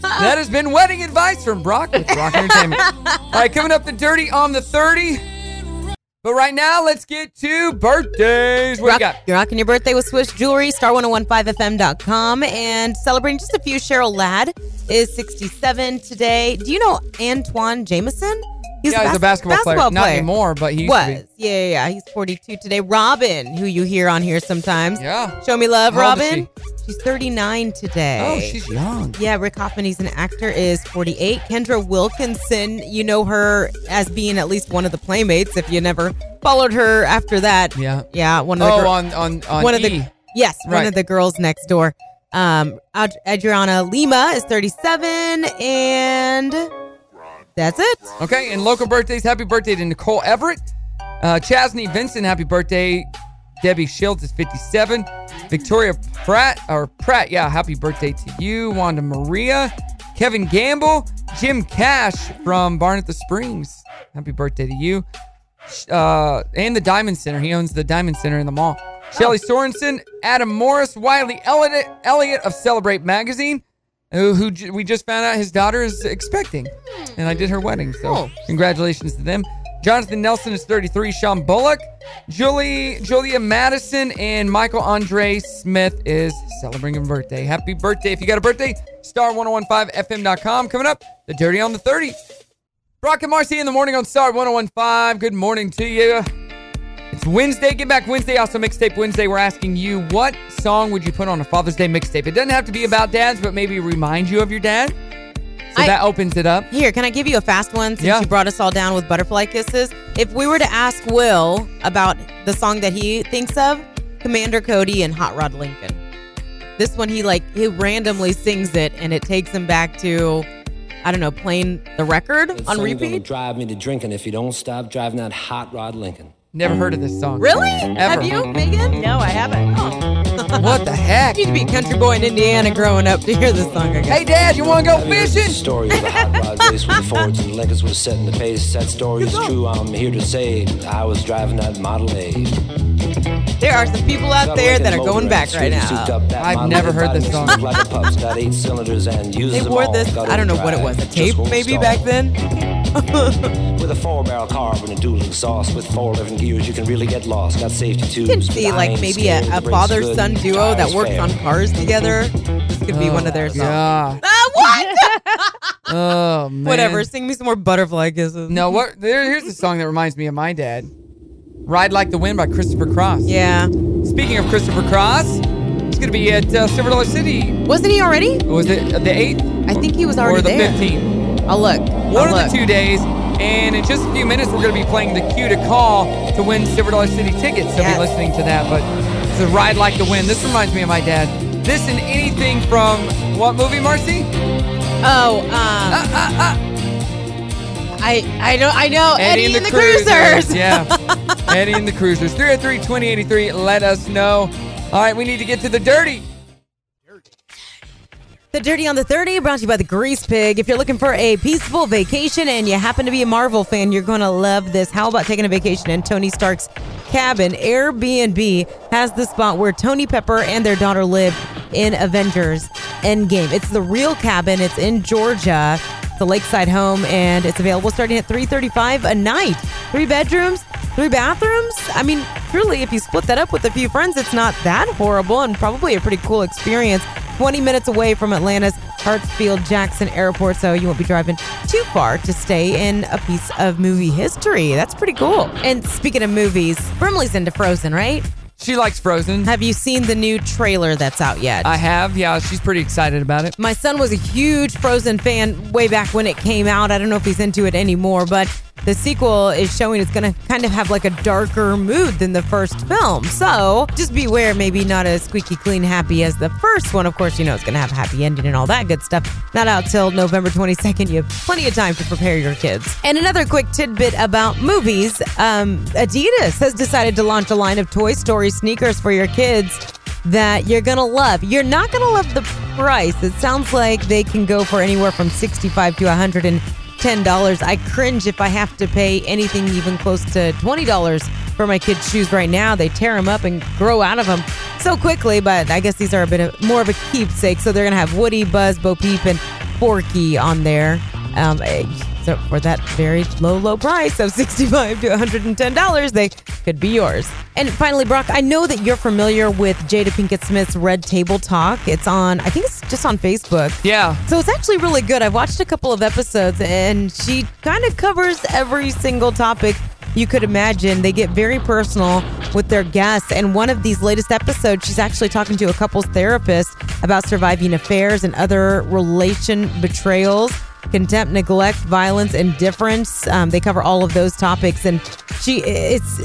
That has been wedding advice from Brock with Brock Entertainment. All right, coming up the dirty on the 30. But right now, let's get to birthdays. What do we Rock, got? you're rocking your birthday with Swiss Jewelry, star1015fm.com. And celebrating just a few, Cheryl Ladd is 67 today. Do you know Antoine Jameson? He's yeah, he's a basketball, player. Not anymore, but he used to be. Was. Yeah, yeah, yeah. He's 42 today. Robin, who you hear on here sometimes. Yeah. Show me love, How old is Robin. She's 39 today. Oh, she's young. Yeah, Rick Hoffman, he's an actor, is 48. Kendra Wilkinson, you know her as being at least one of the playmates if you never followed her after that. Yeah. Yeah, one of the Oh, girl- on on on one of E. the yes, one Right. of the girls next door. Um, Ad- Adriana Lima is 37, and that's it. Okay, and local birthdays. Happy birthday to Nicole Everett, uh, Chasney Vincent. Happy birthday, Debbie Shields is 57. Victoria Pratt or Pratt, yeah. Happy birthday to you, Wanda Maria, Kevin Gamble, Jim Cash from Barnet the Springs. Happy birthday to you, Sh- uh, and the Diamond Center. He owns the Diamond Center in the mall. Shelly Sorensen, Adam Morris, Wiley Elliott, Elliott of Celebrate Magazine Uh, who, who j- we just found out his daughter is expecting, and I did her wedding. So congratulations to them. Jonathan Nelson is 33. Sean Bullock, Julie Julia Madison, and Michael Andre Smith is celebrating a birthday. Happy birthday! If you got a birthday, star1015fm.com. Coming up, the Dirty on the 30. Brock and Marcy in the morning on Star 1015. Good morning to you. It's Wednesday. Get back Wednesday. Also, Mixtape Wednesday. We're asking you what song would you put on a Father's Day mixtape? It doesn't have to be about dads, but maybe remind you of your dad. So I- that opens it up. Here, can I give you a fast one since Yeah. you brought us all down with butterfly kisses? If we were to ask Will about the song that he thinks of, Commander Cody and Hot Rod Lincoln. This one he like he randomly sings it and it takes him back to I don't know, playing the record on Gonna repeat. drive me to drinking if you don't stop driving that hot rod Lincoln. Never heard of this song. Really? Ever. Have you, Megan? No, I haven't. What the heck? You need to be a country boy in Indiana growing up to hear this song again. Hey, Dad, you want to go Have you heard the fishing? story of the hot rod race where the Fords and Lincolns were setting the pace. That story is true. I'm here to say I was driving that Model A. There are some people out there that are going back right now. I've never heard this song. got eight cylinders and uses They them wore all. this, Got I don't know what it overdrive. was, a Just tape won't maybe stall. back then? With a four-barrel carb and a dual exhaust with four different gears, you can really get lost. Got safety tubes. You can but see I like ain't maybe a, scared. The a brakes father good son and the duo that tires works fair. on cars together. This could be one of Oh, their songs. Yeah. Ah, what? Oh, man. Whatever. Sing me some more butterfly kisses. No, what? There, here's a song that reminds me of my dad. Ride Like the Wind by Christopher Cross. Yeah. Speaking of Christopher Cross, it's going to be at uh, Silver Dollar City. Wasn't he already? Was it the 8th I think he was already or the there. 15th? I'll look. one I'll of the look. two days. And in just a few minutes, we're going to be playing the cue to call to win Silver Dollar City tickets. So Yes. be listening to that. But it's a ride like the wind. This reminds me of my dad. This and anything from what movie, Marcy? Oh, um, I I don't I know Eddie, and the, Cruisers. yeah. Eddie and the Cruisers. 303 2083. Let us know. All right, we need to get to the dirty. The Dirty on the 30 brought to you by the Grease Pig. If you're looking for a peaceful vacation and you happen to be a Marvel fan, you're going to love this. How about taking a vacation in Tony Stark's cabin? Airbnb has the spot where Tony Pepper and their daughter lived in Avengers Endgame. It's the real cabin. It's in Georgia. It's a lakeside home and it's available starting at 335 a night. Three bedrooms, three bathrooms. I mean, truly, if you split that up with a few friends, it's not that horrible and probably a pretty cool experience. 20 minutes away from Atlanta's Hartsfield Jackson Airport, so you won't be driving too far to stay in a piece of movie history. That's pretty cool. And speaking of movies, Brimley's into Frozen, right? She likes Frozen. Have you seen the new trailer that's out yet? I have. Yeah, she's pretty excited about it. My son was a huge Frozen fan way back when it came out. I don't know if he's into it anymore, but the sequel is showing it's going to kind of have like a darker mood than the first film. So just beware, maybe not as squeaky clean happy as the first one. Of course, you know it's going to have a happy ending and all that good stuff. Not out till November 22nd. You have plenty of time to prepare your kids. And another quick tidbit about movies um, Adidas has decided to launch a line of Toy Story sneakers for your kids. that you're going to love. You're not going to love the price. It sounds like they can go for anywhere from 65 to 110 dollars. I cringe if I have to pay anything even close to $20 for my kids' shoes right now. They tear them up and grow out of them so quickly, but I guess these are a bit of, more of a keepsake. So they're going to have Woody, Buzz, Bo Peep, and Forky on there. Um, eh, so for that very low, low price of $65 to $110, they could be yours. And finally, Brock, I know that you're familiar with Jada Pinkett Smith's Red Table Talk. It's on, I think it's just on Facebook. Yeah. So it's actually really good. I've watched a couple of episodes and she kind of covers every single topic you could imagine. They get very personal with their guests. And one of these latest episodes, she's actually talking to a couple's therapist about surviving affairs and other relation betrayals. Contempt, neglect, violence, indifference. Um, they cover all of those topics. And she, it's,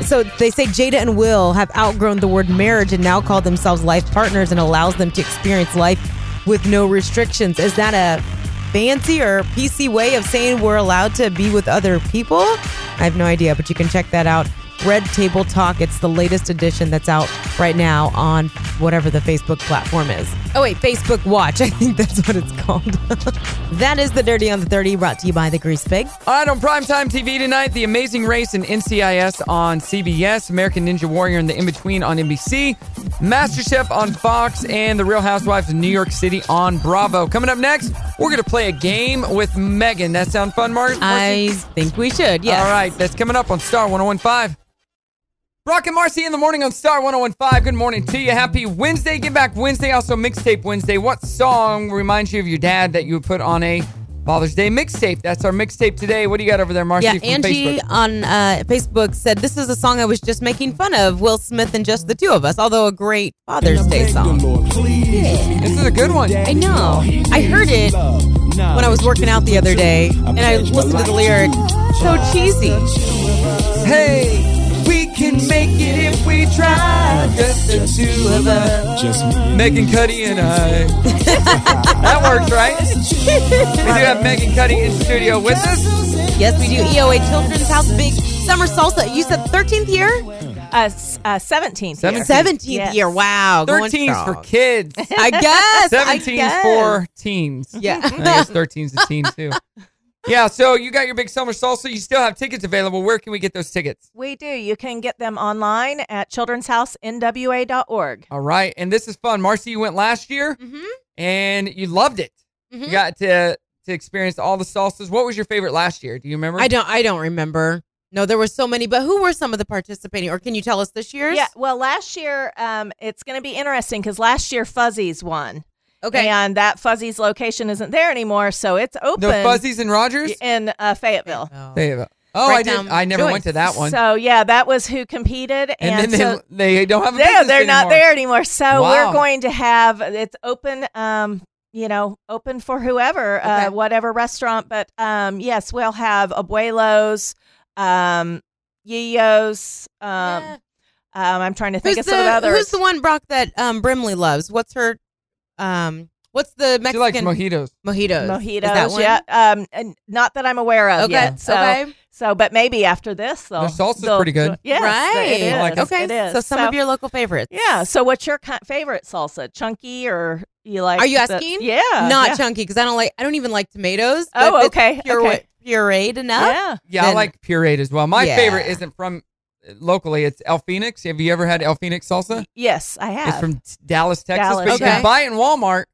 so they say Jada and Will have outgrown the word marriage and now call themselves life partners and allows them to experience life with no restrictions. Is that a fancy or PC way of saying we're allowed to be with other people? I have no idea, but you can check that out. Red Table Talk. It's the latest edition that's out right now on whatever the Facebook platform is. Oh, wait, Facebook Watch. I think that's what it's called. that is the Dirty on the 30 brought to you by the Grease Pig. All right, on primetime TV tonight, The Amazing Race and NCIS on CBS, American Ninja Warrior and The In Between on NBC, MasterChef on Fox, and The Real Housewives of New York City on Bravo. Coming up next, we're going to play a game with Megan. That sound fun, Mark? I think we should, yes. All right, that's coming up on Star 1015. Rock and Marcy in the morning on Star 1015. Good morning to you. Happy Wednesday. Get back Wednesday. Also, Mixtape Wednesday. What song reminds you of your dad that you would put on a Father's Day mixtape? That's our mixtape today. What do you got over there, Marcy? Yeah, from Angie Facebook? on uh, Facebook said this is a song I was just making fun of Will Smith and just the two of us. Although a great Father's Day song. This is a good one. I know. I heard it when I was working out the other day, and I listened to the lyric. So cheesy. Hey, we can make it if we try. Just the two of us. Megan Cuddy and I. that works, right? We do have Megan Cuddy in studio with us. Yes, we do. EOA Children's House Big Summer Salsa. You said 13th year, Uh, s- uh, 17th. Seven- Year. 17th Yes. year. Wow, going 13's for strong. kids. I guess. I 17's guess. for teens. Yeah. I guess 13's a teen too. Yeah, so you got your big summer salsa. You still have tickets available. Where can we get those tickets? We do. You can get them online at childrenshousenwa.org. All right, and this is fun. Marcy, you went last year Mhm. and you loved it. You Mhm. got to to experience all the salsas. What was your favorite last year? Do you remember? I don't. I don't remember. No, there were so many. But who were some of the participating? Or can you tell us this year's? Yeah. Well, last year, um, it's going to be interesting because last year Fuzzies won. Okay. And that Fuzzies location isn't there anymore, so it's open The Fuzzies and Rogers. in uh, Fayetteville. They have a- oh, Right I did. down I never Joyce. went to that one. So yeah, that was who competed, and, and then so, they they don't have a yeah, business they're not anymore. there anymore. So Wow. we're going to have it's open. Um, you know, open for whoever, Okay. uh, whatever restaurant. But um, yes, we'll have abuelos, um, yeyos. Um, Yeah. um, I'm trying to think Who's of some the others. Who's the one Brock that um, Brimley loves? What's her? Um, what's the She likes Mexican mojitos. mojitos? Is that Mojitos, one? yeah. Um, and not that I'm aware of Okay. yet. So, okay. so, but maybe after this, they'll, Their salsa's they'll- pretty good. Yes, right. it is. I like it. okay. It is. So some of your local favorites. Yeah. So, what's your ki- favorite salsa? Chunky or you like? Are you the- asking? yeah. Not yeah. chunky because I don't like. I don't even like tomatoes. Oh, but if it's okay, pure- okay. Pureed enough. Yeah. Yeah, I Then- like pureed as well. My Yeah. favorite isn't from locally. It's El Phoenix. Have you ever had El Phoenix salsa? Yes, I have. It's from t- Dallas, Texas, Dallas, but you Okay. can buy it in Walmart.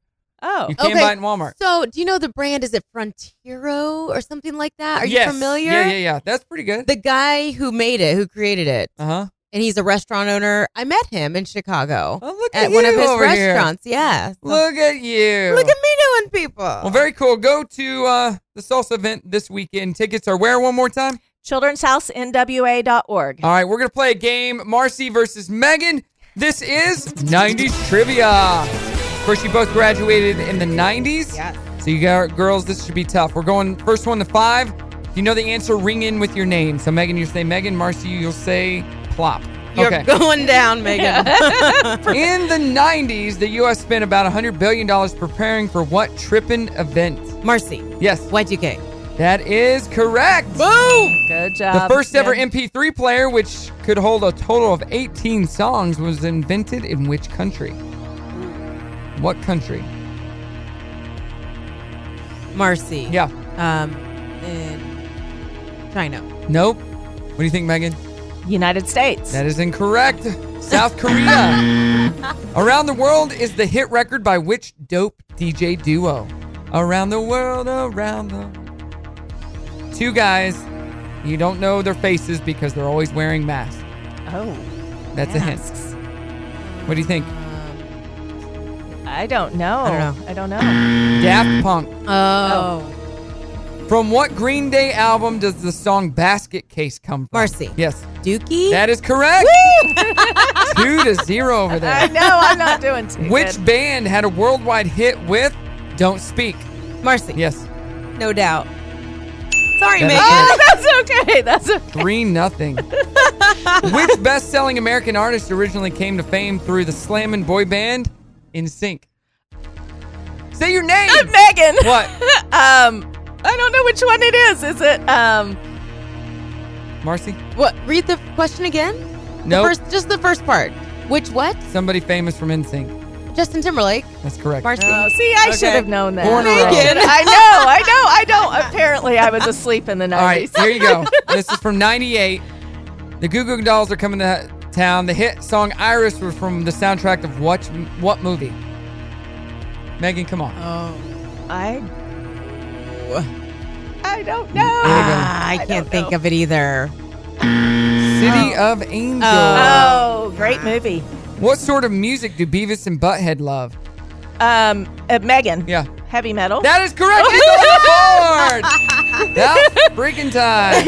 oh, You can Okay. buy it in Walmart. So do you know the brand? Is it Frontiero or something like that? Are Yes. you familiar? Yeah, yeah, yeah. That's pretty good. The guy who made it, who created it, Uh huh. and he's a restaurant owner. I met him in Chicago Oh, look at, at one you of his over here. restaurants. Yeah. Look at you. Look at me knowing people. Well, very cool. Go to uh, the salsa event this weekend. Tickets are where one more time? Children's House NWA.org. All right, we're going to play a game Marcy versus Megan. This is 90s trivia. Of course, you both graduated in the 90s. Yes. So, you got, girls, this should be tough. We're going first one to five. If you know the answer, ring in with your name. So, Megan, you'll say Megan. Marcy, you'll say plop. You're okay. going down, Megan. In the 90s, the U.S. spent about $100 billion preparing for what trippin' event? Marcy, Yes. Y2K. That is correct. Boom! Good The job. first ever Um, Yeah. MP3 player, which could hold a total of 18 songs, was invented in which country? What country? Marcy. Yeah. Um, in China. Nope. What do you think, Megan? United States. That is incorrect. South Korea. Around the World is the hit record by which dope DJ duo? Around the world, around the. Two guys. You don't know their faces because they're always wearing masks. oh, That's a masks. hint. What do you think? I don't know. I don't I don't know. Daft Punk. Oh. From what Green Day album does the song Basket Case come from? Marcy. Yes. Dookie? That is correct. Two to zero over I there. know. I'm not doing too Which good. band had a worldwide hit with Don't Speak? Marcy. Yes. No doubt. Sorry, That is Megan. Oh, that's okay. That's okay. Three nothing. Which best-selling American artist originally came to fame through the slammin' boy band In Sync? Say your name. Megan. What? Um, I don't know which one it is. Is it um? Marcy? What? Read the question again? No. The first, just the first part. Which what? Somebody famous from In Sync. Justin Timberlake. That's correct. Marcy. Oh, see, I Uh, Okay. should have known that. Four in a row. Megan. I know. I know. I don't. Apparently, I was asleep in the All right, nineties. here you go. This is from '98. The Goo Goo Dolls are coming to town. The hit song "Iris" was from the soundtrack of what what movie? Megan, come on. Oh. I. I Mm. don't know. Ah, I don't can't think know. of it either. City of Angels. Uh, Oh. Oh, great movie. What sort of music do Beavis and Butthead love? Um, uh, Megan. Yeah, Heavy metal. that is correct. It's on the board. That freaking time.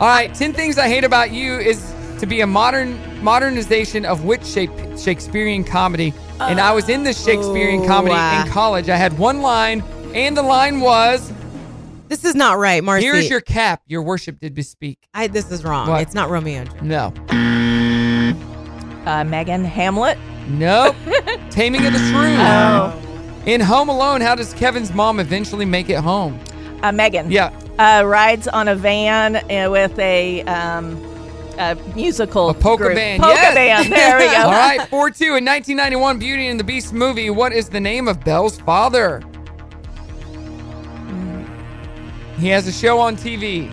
All right, ten things I hate about you is to be a modern modernization of which shape, Shakespearean comedy. And I was in the Shakespearean Oh, comedy wow. in college. I had one line, and the line was, This is not right, Marcy. "Here is your cap. Your worship did bespeak." I, this is wrong. What? It's not Romeo and Juliet. No, Uh, Megan Hamlet. nope. Taming of the Shrew. Oh. In Home Alone, how does Kevin's mom eventually make it home? Uh, Megan. Yeah, Uh, rides on a van uh, with a um, a musical. A polka group. band, Polka yes. band. There we go. All right, 4 2. In 1991, Beauty and the Beast movie, what is the name of Belle's father? He has a show on TV,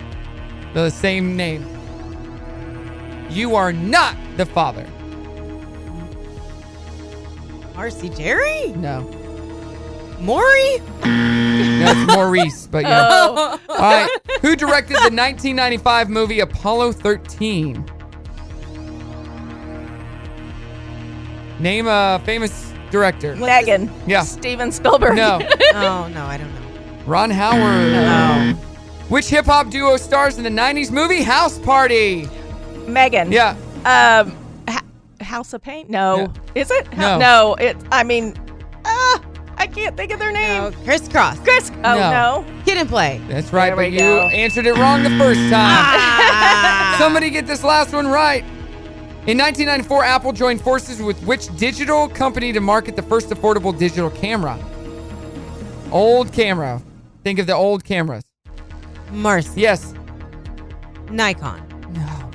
the same name. You are not the father. Marcy Jerry? No. Maury? No, it's Maurice, but yeah. Oh. All right. Who directed the 1995 movie Apollo 13? Name a famous director. Megan. Yeah. Steven Spielberg. No. oh, no, I don't know. Ron Howard. No. Which hip hop duo stars in the 90s movie House Party? Megan. Yeah. Um, ha- House of Pain. No. Is it? No. No. It. I mean, uh, I can't think of their name. No, crisscross. Chris. Oh No. no. Kid and play. That's right, There but we you go. answered it wrong the first time. Ah. Somebody get this last one right. In 1994, Apple joined forces with which digital company to market the first affordable digital camera? Old camera. Think of the old cameras. Marcy. Yes. Nikon. No.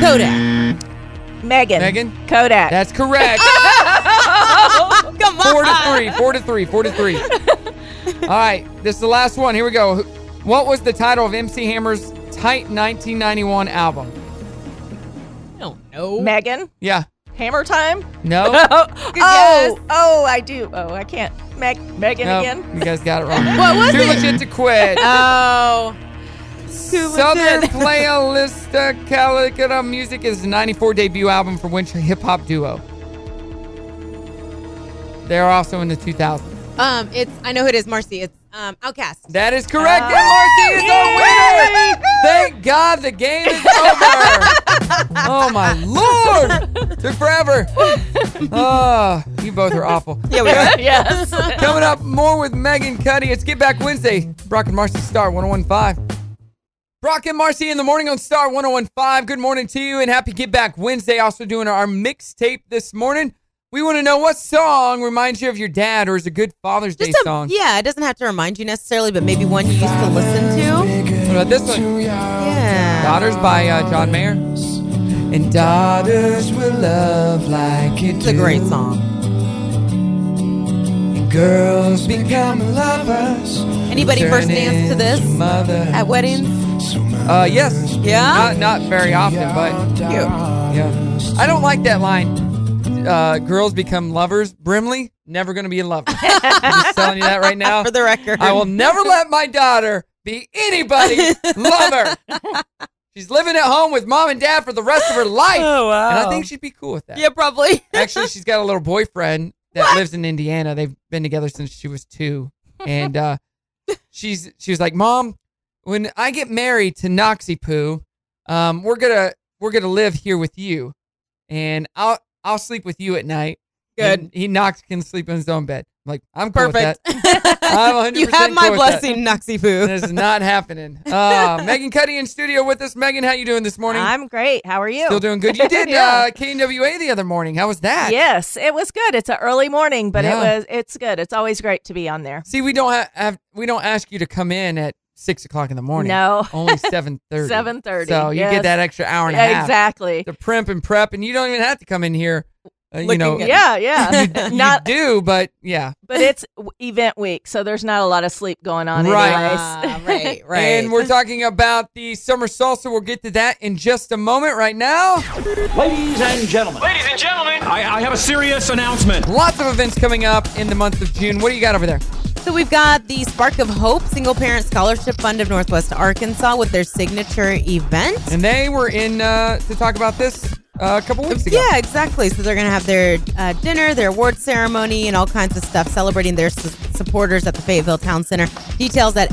Kodak. Megan. Megan? Kodak. That's correct. Ah! Come on. Oh, four to three, four to three, four to three. All right, this is the last one. Here we go. What was the title of MC Hammer's tight 1991 album? I don't know. Megan. Yeah. Hammer time. No. Oh. guess. Oh. Oh. I do. Oh. I can't. Meg. Megan no. again. You guys got it wrong. What was Too it? legit to quit. Oh. Southern Playlist Calicutta Music is the 94 debut album for which hip hop duo. They're also in the 2000s. Um, it's I know who it is, Marcy. It's um Outcast. That is correct. Oh. and Marcy is Ah. Yay! the winner. Thank God the game is over. oh my lord! Took forever. Oh, you both are awful. Yeah, we are. yes. Coming up, more with Megan Cuddy. It's Get Back Wednesday. Brock and Marcy Star 1015. Brock and Marcy in the morning on Star 1015. Good morning to you and happy Get Back Wednesday. Also doing our mixtape this morning. We want to know what song reminds you of your dad or is a good Father's Day Just a, song. yeah, it doesn't have to remind you necessarily, but maybe one you used to listen to. What about this one? Yeah. Daughters by uh, John Mayer. And daughters will love like you It's a great song. Girls become lovers. Anybody first dance to this at weddings? Uh, yes. Yeah? Not, not very often, but yeah. I don't like that line. Uh, girls become lovers. Brimley, never going to be in love. I'm just telling you that right now. For the record. I will never let my daughter be anybody's lover. She's living at home with mom and dad for the rest of her life. Oh, wow. And I think she'd be cool with that. Yeah, probably. Actually, she's got a little boyfriend that lives in Indiana. They've been together since she was two, and uh, she's she was like, "Mom, when I get married to Noxie Poo, um, we're gonna we're gonna live here with you, and I'll I'll sleep with you at night. Good. And he Nox can sleep in his own bed. I'm like, I'm cool with Perfect. that. I'm 100% you have my cool with that. blessing, Noxie Poo. This is not happening. Uh, Megan Cuddy in studio with us. Megan, how you doing this morning? I'm great. How are you? Still doing good. You did Yeah. uh, KNWA the other morning. How was that? Yes, it was good. It's an early morning, but Yeah. it was it's good. It's always great to be on there. See, we don't have, have we don't ask you to come in at six o'clock in the morning. No. only seven thirty. 7:30, So you yes. get that extra hour and a half Exactly. to primp and prep, and you don't even have to come in here. Uh, you know, Looking Yeah, yeah. you not do, but yeah. but it's w- event week, so there's not a lot of sleep going on Right. anyways. Ah, right, right. And we're talking about the summer salsa. We'll get to that in just a moment. Right now, Ladies and gentlemen, Ladies and gentlemen, I, I have a serious announcement. lots of events coming up in the month of June. What do you got over there? So we've got the Spark of Hope Single Parent Scholarship Fund of Northwest Arkansas with their signature event. And they were in uh, to talk about this uh, a couple weeks ago. Yeah, exactly. So they're going to have their uh, dinner, their award ceremony, and all kinds of stuff celebrating their su- supporters at the Fayetteville Town Center. Details at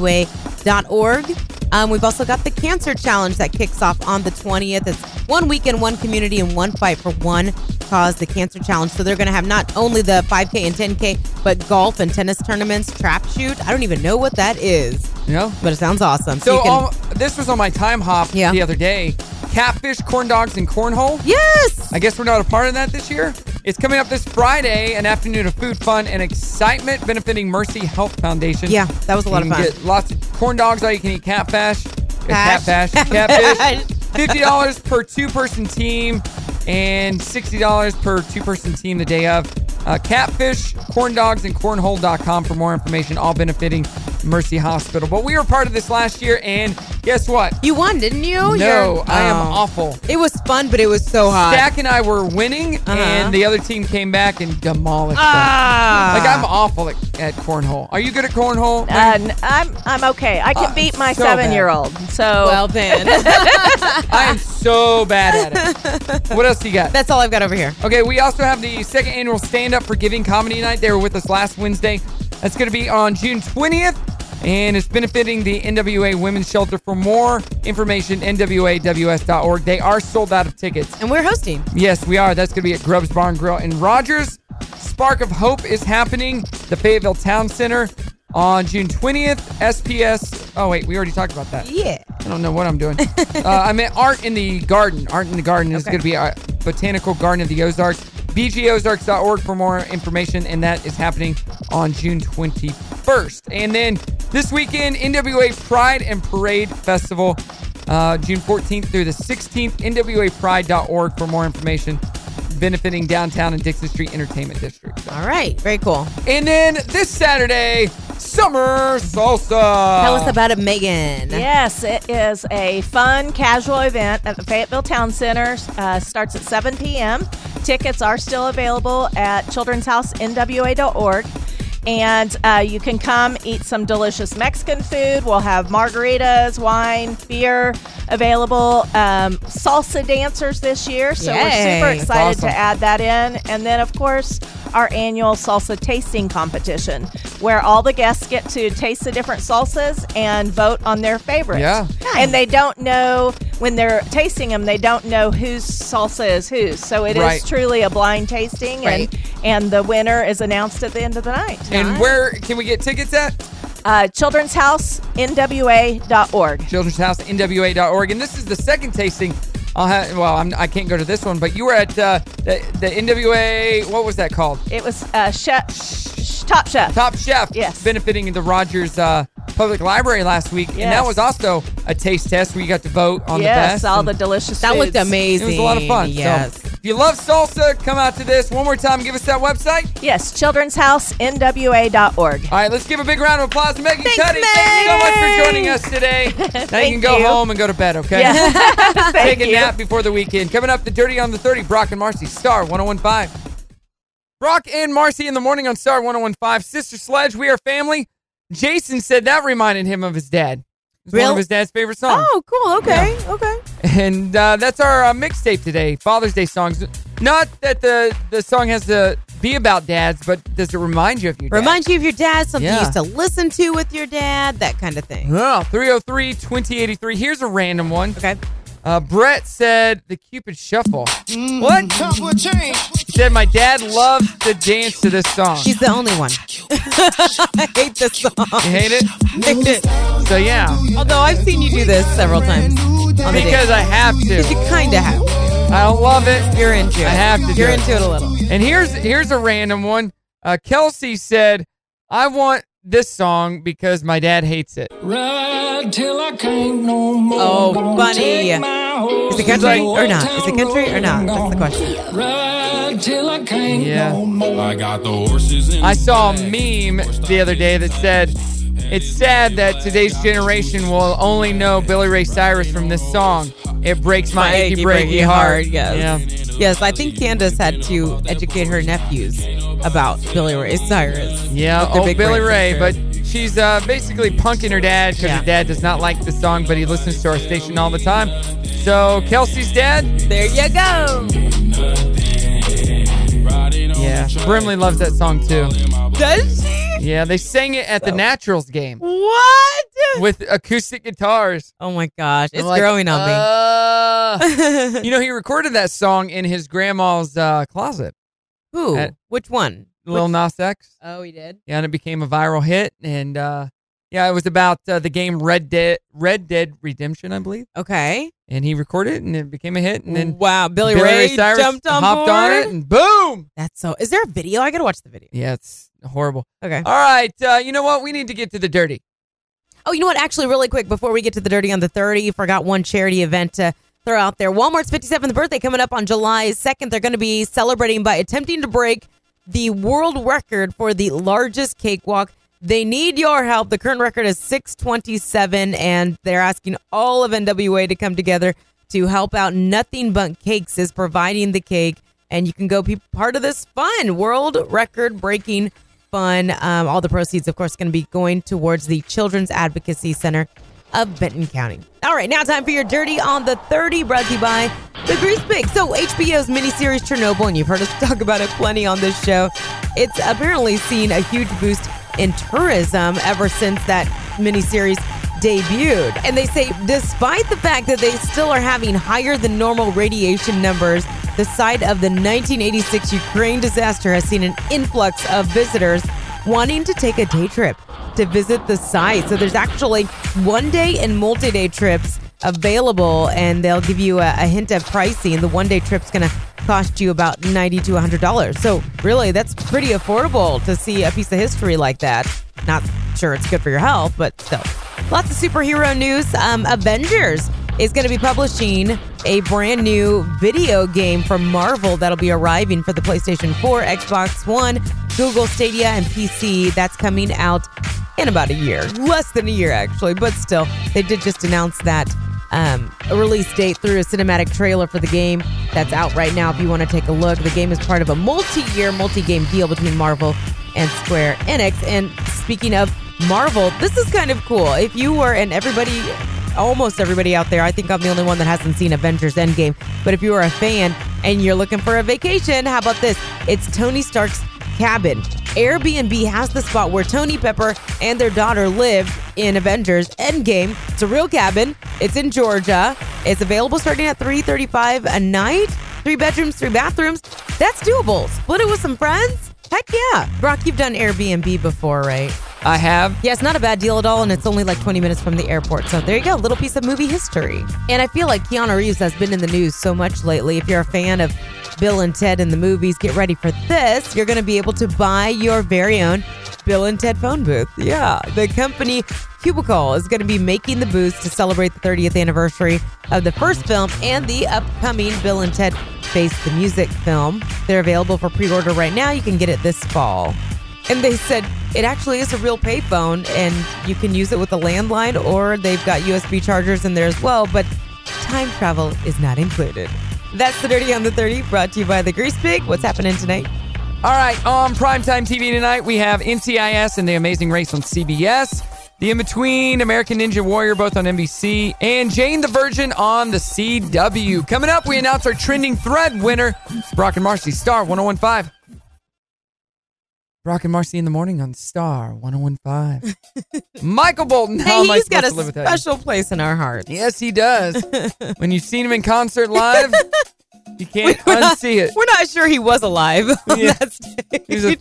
spsfnwa.org. Um, we've also got the Cancer Challenge that kicks off on the 20th. It's one weekend, one community, and one fight for one cause, the Cancer Challenge. So they're going to have not only the 5K and 10K, but golf and tennis tournaments, trap shoot. I don't even know what that is, You know? but it sounds awesome. So you can- um, this was on my time hop Yeah. the other day. Catfish, corn dogs, and cornhole. yes! I guess we're not a part of that this year. It's coming up this Friday, an afternoon of food, fun, and excitement benefiting Mercy Health Foundation. Yeah, that was a lot you of fun. Can get lots of corn dogs, all you can eat catfish. uh, Cash. Catfish. Catfish. $50 per two person team and $60 per two person team the day of. Uh, catfish, corn dogs, and cornhole.com for more information, all benefiting Mercy Hospital. But we were part of this last year, and guess what? You won, didn't you? no, You're- I am Oh. awful. It was fun, but it was so hot. Stack and I were winning, and the other team came back and demolished Ah. us. Like, I'm awful at, at cornhole. Are you good at cornhole? Uh, n- I'm I'm okay. I can Uh, beat my so bad. seven year old. So well then. I am so bad at it. what else do you got? That's all I've got over here. Okay, we also have the second annual Stand Up for Giving Comedy Night. They were with us last Wednesday. That's going to be on June 20th, and it's benefiting the NWA Women's Shelter. For more information, nwaws.org. They are sold out of tickets. And we're hosting. Yes, we are. That's going to be at Grubbs Barn Grill in Rogers. Spark of Hope is happening, the Fayetteville Town Center on June 20th. SPS. Oh, wait, we already talked about that. Yeah. I don't know what I'm doing. uh, I meant Art in the Garden. Art in the Garden is going to be uh, Botanical Garden of the Ozarks. BGOzarks.org for more information, and that is happening on June 21st. And then this weekend, NWA Pride and Parade Festival, uh, June 14th through the 16th. NWAPride.org for more information, benefiting downtown and Dixon Street Entertainment District. All right. Very cool. And then this Saturday, Summer Salsa. Tell us about it, Megan. Yes, it is a fun, casual event at the Fayetteville Town Center. Uh, starts at 7 p.m. Tickets are still available at Children's House NWA.org. And uh, you can come eat some delicious Mexican food. We'll have margaritas, wine, beer available. Um, salsa dancers this year, so Yay. we're That's super excited awesome. to add that in. And then, of course, our annual salsa tasting competition, where all the guests get to taste the different salsas and vote on their favorite. Yeah. And they don't know when they're tasting them, they don't know whose salsa is whose. So it is Right. truly a blind tasting, Right. and and the winner is announced at the end of the night. And where can we get tickets at? Uh, Children's House NWA.org. Children's House, NWA.org. And this is the second tasting I'll have, well, I'm, I can't go to this one, but you were at uh, the, the NWA. What was that called? It was uh, chef, sh- Top Chef. Top Chef. Yes. Benefiting the Rogers uh, Public Library last week, and that Yes. was also a taste test where you got to vote on the yes, best. all and the delicious. That looked foods. It amazing. was a lot of fun. So, Yes. if you love salsa, come out to this one more time. Give us that website. Yes, Children's House NWA.org. All right, let's give a big round of applause to Megan Thanks, Cuddy. Thank you so much Meg. for joining us today. Now you can Thank go you. home and go to bed, okay? Yeah. Take Thank a you. nap before the weekend. Coming up, the Dirty on the 30, Brock and Marcy, Star 1015. Brock and Marcy in the morning on Star 1015. Sister Sledge, we are family. Jason said that reminded him of his dad. It's one Really? of his dad's favorite songs. Oh, cool. Okay. Okay. And uh, that's our uh, mixtape today, Father's Day songs. Not that the, the song has to be about dads, but does it remind you of your dad? Remind you of your dad, something Yeah. you used to listen to with your dad, that kind of thing. Oh, 303 2083. Here's a random one. Okay. Uh, Brett said the Cupid Shuffle. Mm-hmm. What? He said my dad loved to dance to this song. She's the only one. I hate this song. you hate it? Hate it. So, yeah. Although I've seen you do this several times on the Because date. I have you to. kind of have. I don't love it. You're into it. I have to You're do it. into it. a little. And here's here's a random one. Uh, Kelsey said, I want this song because my dad hates it. Ride till I can't no more. Oh, Gonna funny. take my horse Is it country to the or not? Is old it country or town not? road That's the and question. gone. Ride till I can't Yeah. no more. I got the horses in I saw a meme the other day that said, It's sad that today's generation will only know Billy Ray Cyrus from this song. It breaks my, achy breaky, heart. Yes. Yes, I think Candace had to educate her nephews about Billy Ray Cyrus. Yeah, With their oh, big Billy Ray, breaks, I'm sure. but she's uh, basically punking her dad because Yeah. her dad does not like the song, but he listens to our station all the time. So Kelsey's dad, There you go. yeah, Brimley loves that song too. Does she? Yeah, they sang it at the Naturals game What? with acoustic guitars. Oh my gosh, it's I'm like, growing on "Uh." me. you know, he recorded that song in his grandma's uh, closet. Who? at- Which one? Lil Nas X. Oh, he did. Yeah, and it became a viral hit. And uh, yeah, it was about uh, the game Red Dead Red Dead Redemption, I believe. Okay. And he recorded it, and it became a hit. And then wow, Billy, Billy Ray, Ray Cyrus jumped on hopped on board? it, and boom! That's so. Is there a video? I gotta watch the video. Yeah, it's horrible. Okay. All right, uh, you know what? We need to get to the dirty. Oh, you know what? Actually, really quick before we get to the dirty on the thirty, forgot one charity event to throw out there. Walmart's fifty seventh birthday coming up on July second. They're going to be celebrating by attempting to break the world record for the largest cakewalk. They need your help. The current record is six twenty seven, and they're asking all of NWA to come together to help out. Nothing but cakes is providing the cake, and you can go be part of this fun world record breaking fun. Um, all the proceeds, of course, going to be going towards the Children's Advocacy Center of Benton County. All right, now time for your Dirty on the 30, brought to you by The Grease Pig. So, HBO's miniseries Chernobyl, and you've heard us talk about it plenty on this show, it's apparently seen a huge boost in tourism ever since that miniseries debuted. And they say, despite the fact that they still are having higher than normal radiation numbers, the site of the 1986 Ukraine disaster has seen an influx of visitors wanting to take a day trip to visit the site. So there's actually one day and multi day trips available, and they'll give you a, a hint of pricing. The one day trip's going to cost you about 90 to $100. So really, that's pretty affordable to see a piece of history like that. Not sure it's good for your health, but still. Lots of superhero news. Um, Avengers is going to be publishing a brand new video game from Marvel that'll be arriving for the PlayStation 4, Xbox One, Google Stadia, and PC. That's coming out in about a year, less than a year actually, but still, they did just announce that um, a release date through a cinematic trailer for the game that's out right now. If you want to take a look, the game is part of a multi-year, multi-game deal between Marvel and Square Enix. And speaking of Marvel, this is kind of cool. If you were, and everybody, almost everybody out there, I think I'm the only one that hasn't seen Avengers Endgame, but if you are a fan and you're looking for a vacation, how about this? It's Tony Stark's cabin. Airbnb has the spot where Tony Pepper and their daughter lived in Avengers Endgame. It's a real cabin. It's in Georgia. It's available starting at 335 a night. Three bedrooms, three bathrooms. That's doable. Split it with some friends. Heck yeah. Brock, you've done Airbnb before, right? I have. Yeah, it's not a bad deal at all, and it's only like 20 minutes from the airport. So there you go, little piece of movie history. And I feel like Keanu Reeves has been in the news so much lately. If you're a fan of Bill and Ted and the movies, get ready for this. You're going to be able to buy your very own Bill and Ted phone booth. Yeah, the company Cubicle is going to be making the booths to celebrate the 30th anniversary of the first film and the upcoming Bill and Ted Face the Music film. They're available for pre order right now. You can get it this fall. And they said it actually is a real payphone, and you can use it with a landline, or they've got USB chargers in there as well, but time travel is not included. That's the Dirty on the 30, brought to you by the Grease Pig. What's happening tonight? All right, on primetime TV tonight, we have NCIS and The Amazing Race on CBS, The In Between, American Ninja Warrior, both on NBC, and Jane the Virgin on the CW. Coming up, we announce our trending thread winner, Brock and Marcy, Star 1015. Brock and Marcy in the morning on Star 1015. Michael Bolton, how Hey, am I he's supposed got a to live without you? special place in our hearts. Yes, he does. when you've seen him in concert live, you can't unsee it. We're not sure he was alive. on Yeah. that stage. He was a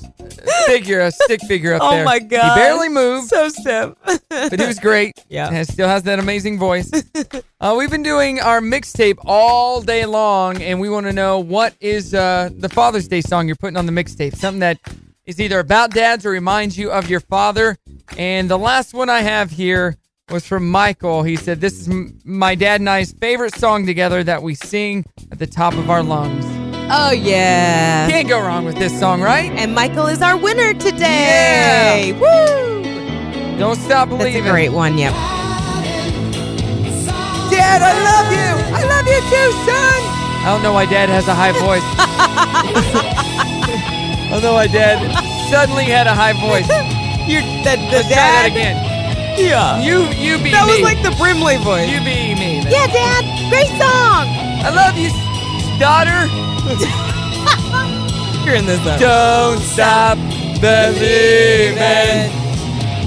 figure, a stick figure up Oh there. my God. He barely moved, so stiff. but he was great. Yeah. And still has that amazing voice. uh, we've been doing our mixtape all day long, and we want to know what is uh, the Father's Day song you're putting on the mixtape? Something that is either about dads or reminds you of your father. And the last one I have here was from Michael. He said, This is m- my dad and I's favorite song together that we sing at the top of our lungs. oh, yeah. Can't go wrong with this song, right? And Michael is our winner today. Woo! Don't stop That's a believing. great one. Yep. Dad, I love you. I love you too, son. I don't know why Dad has a high voice. I don't know why Dad suddenly had a high voice. You're the, the Let's try that again. Yeah. You, you be That me. was like the Brimley voice. you be me. Yeah, Dad. Great song. I love you, s- daughter. You're in this though. Don't stop believing.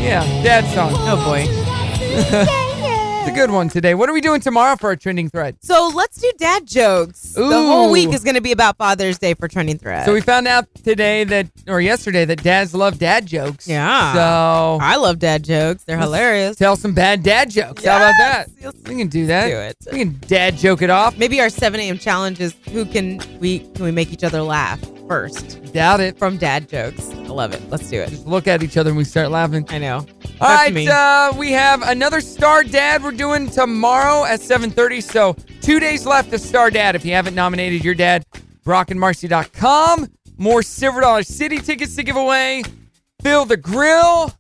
Yeah, Dad song. Oh boy, it's a good one today. What are we doing tomorrow for our trending thread? So let's do dad jokes. The whole Ooh. week is going to be about Father's Day for Trending Thread. So we found out today that, or yesterday, that dads love dad jokes. Yeah. So I love dad jokes. They're hilarious. tell some bad dad jokes. How about that? Yes. We can do that. Do it. We can dad joke it off. Maybe our 7 a.m. challenge is who can we can we make each other laugh first Doubt it. from dad jokes. I love it. Let's do it. Just look at each other and we start laughing. I know. All That's right, me. uh, we have another Star Dad we're doing tomorrow at 7.30. So two days left of Star Dad. If you haven't nominated your dad, brockandmarcy.com. More Silver Dollar City tickets to give away. Fill the grill.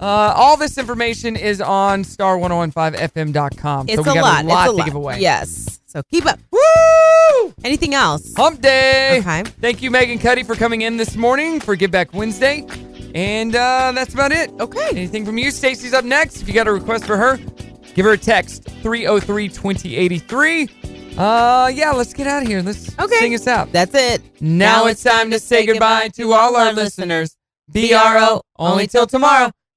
Uh, all this information is on star1015fm.com. it's so we a got lot. a lot it's a to lot. give away. Yes. So keep up. Woo! Anything else? Hump Day. Okay. Thank you, Megan Cuddy, for coming in this morning for Give Back Wednesday. And uh, that's about it. Okay. Anything from you? Stacy's up next. If you got a request for her, give her a text 303 2083. Uh, yeah, let's get out of here. Let's Okay. sing us out. That's it. Now it's time to say goodbye to all our listeners. B R O, only till tomorrow.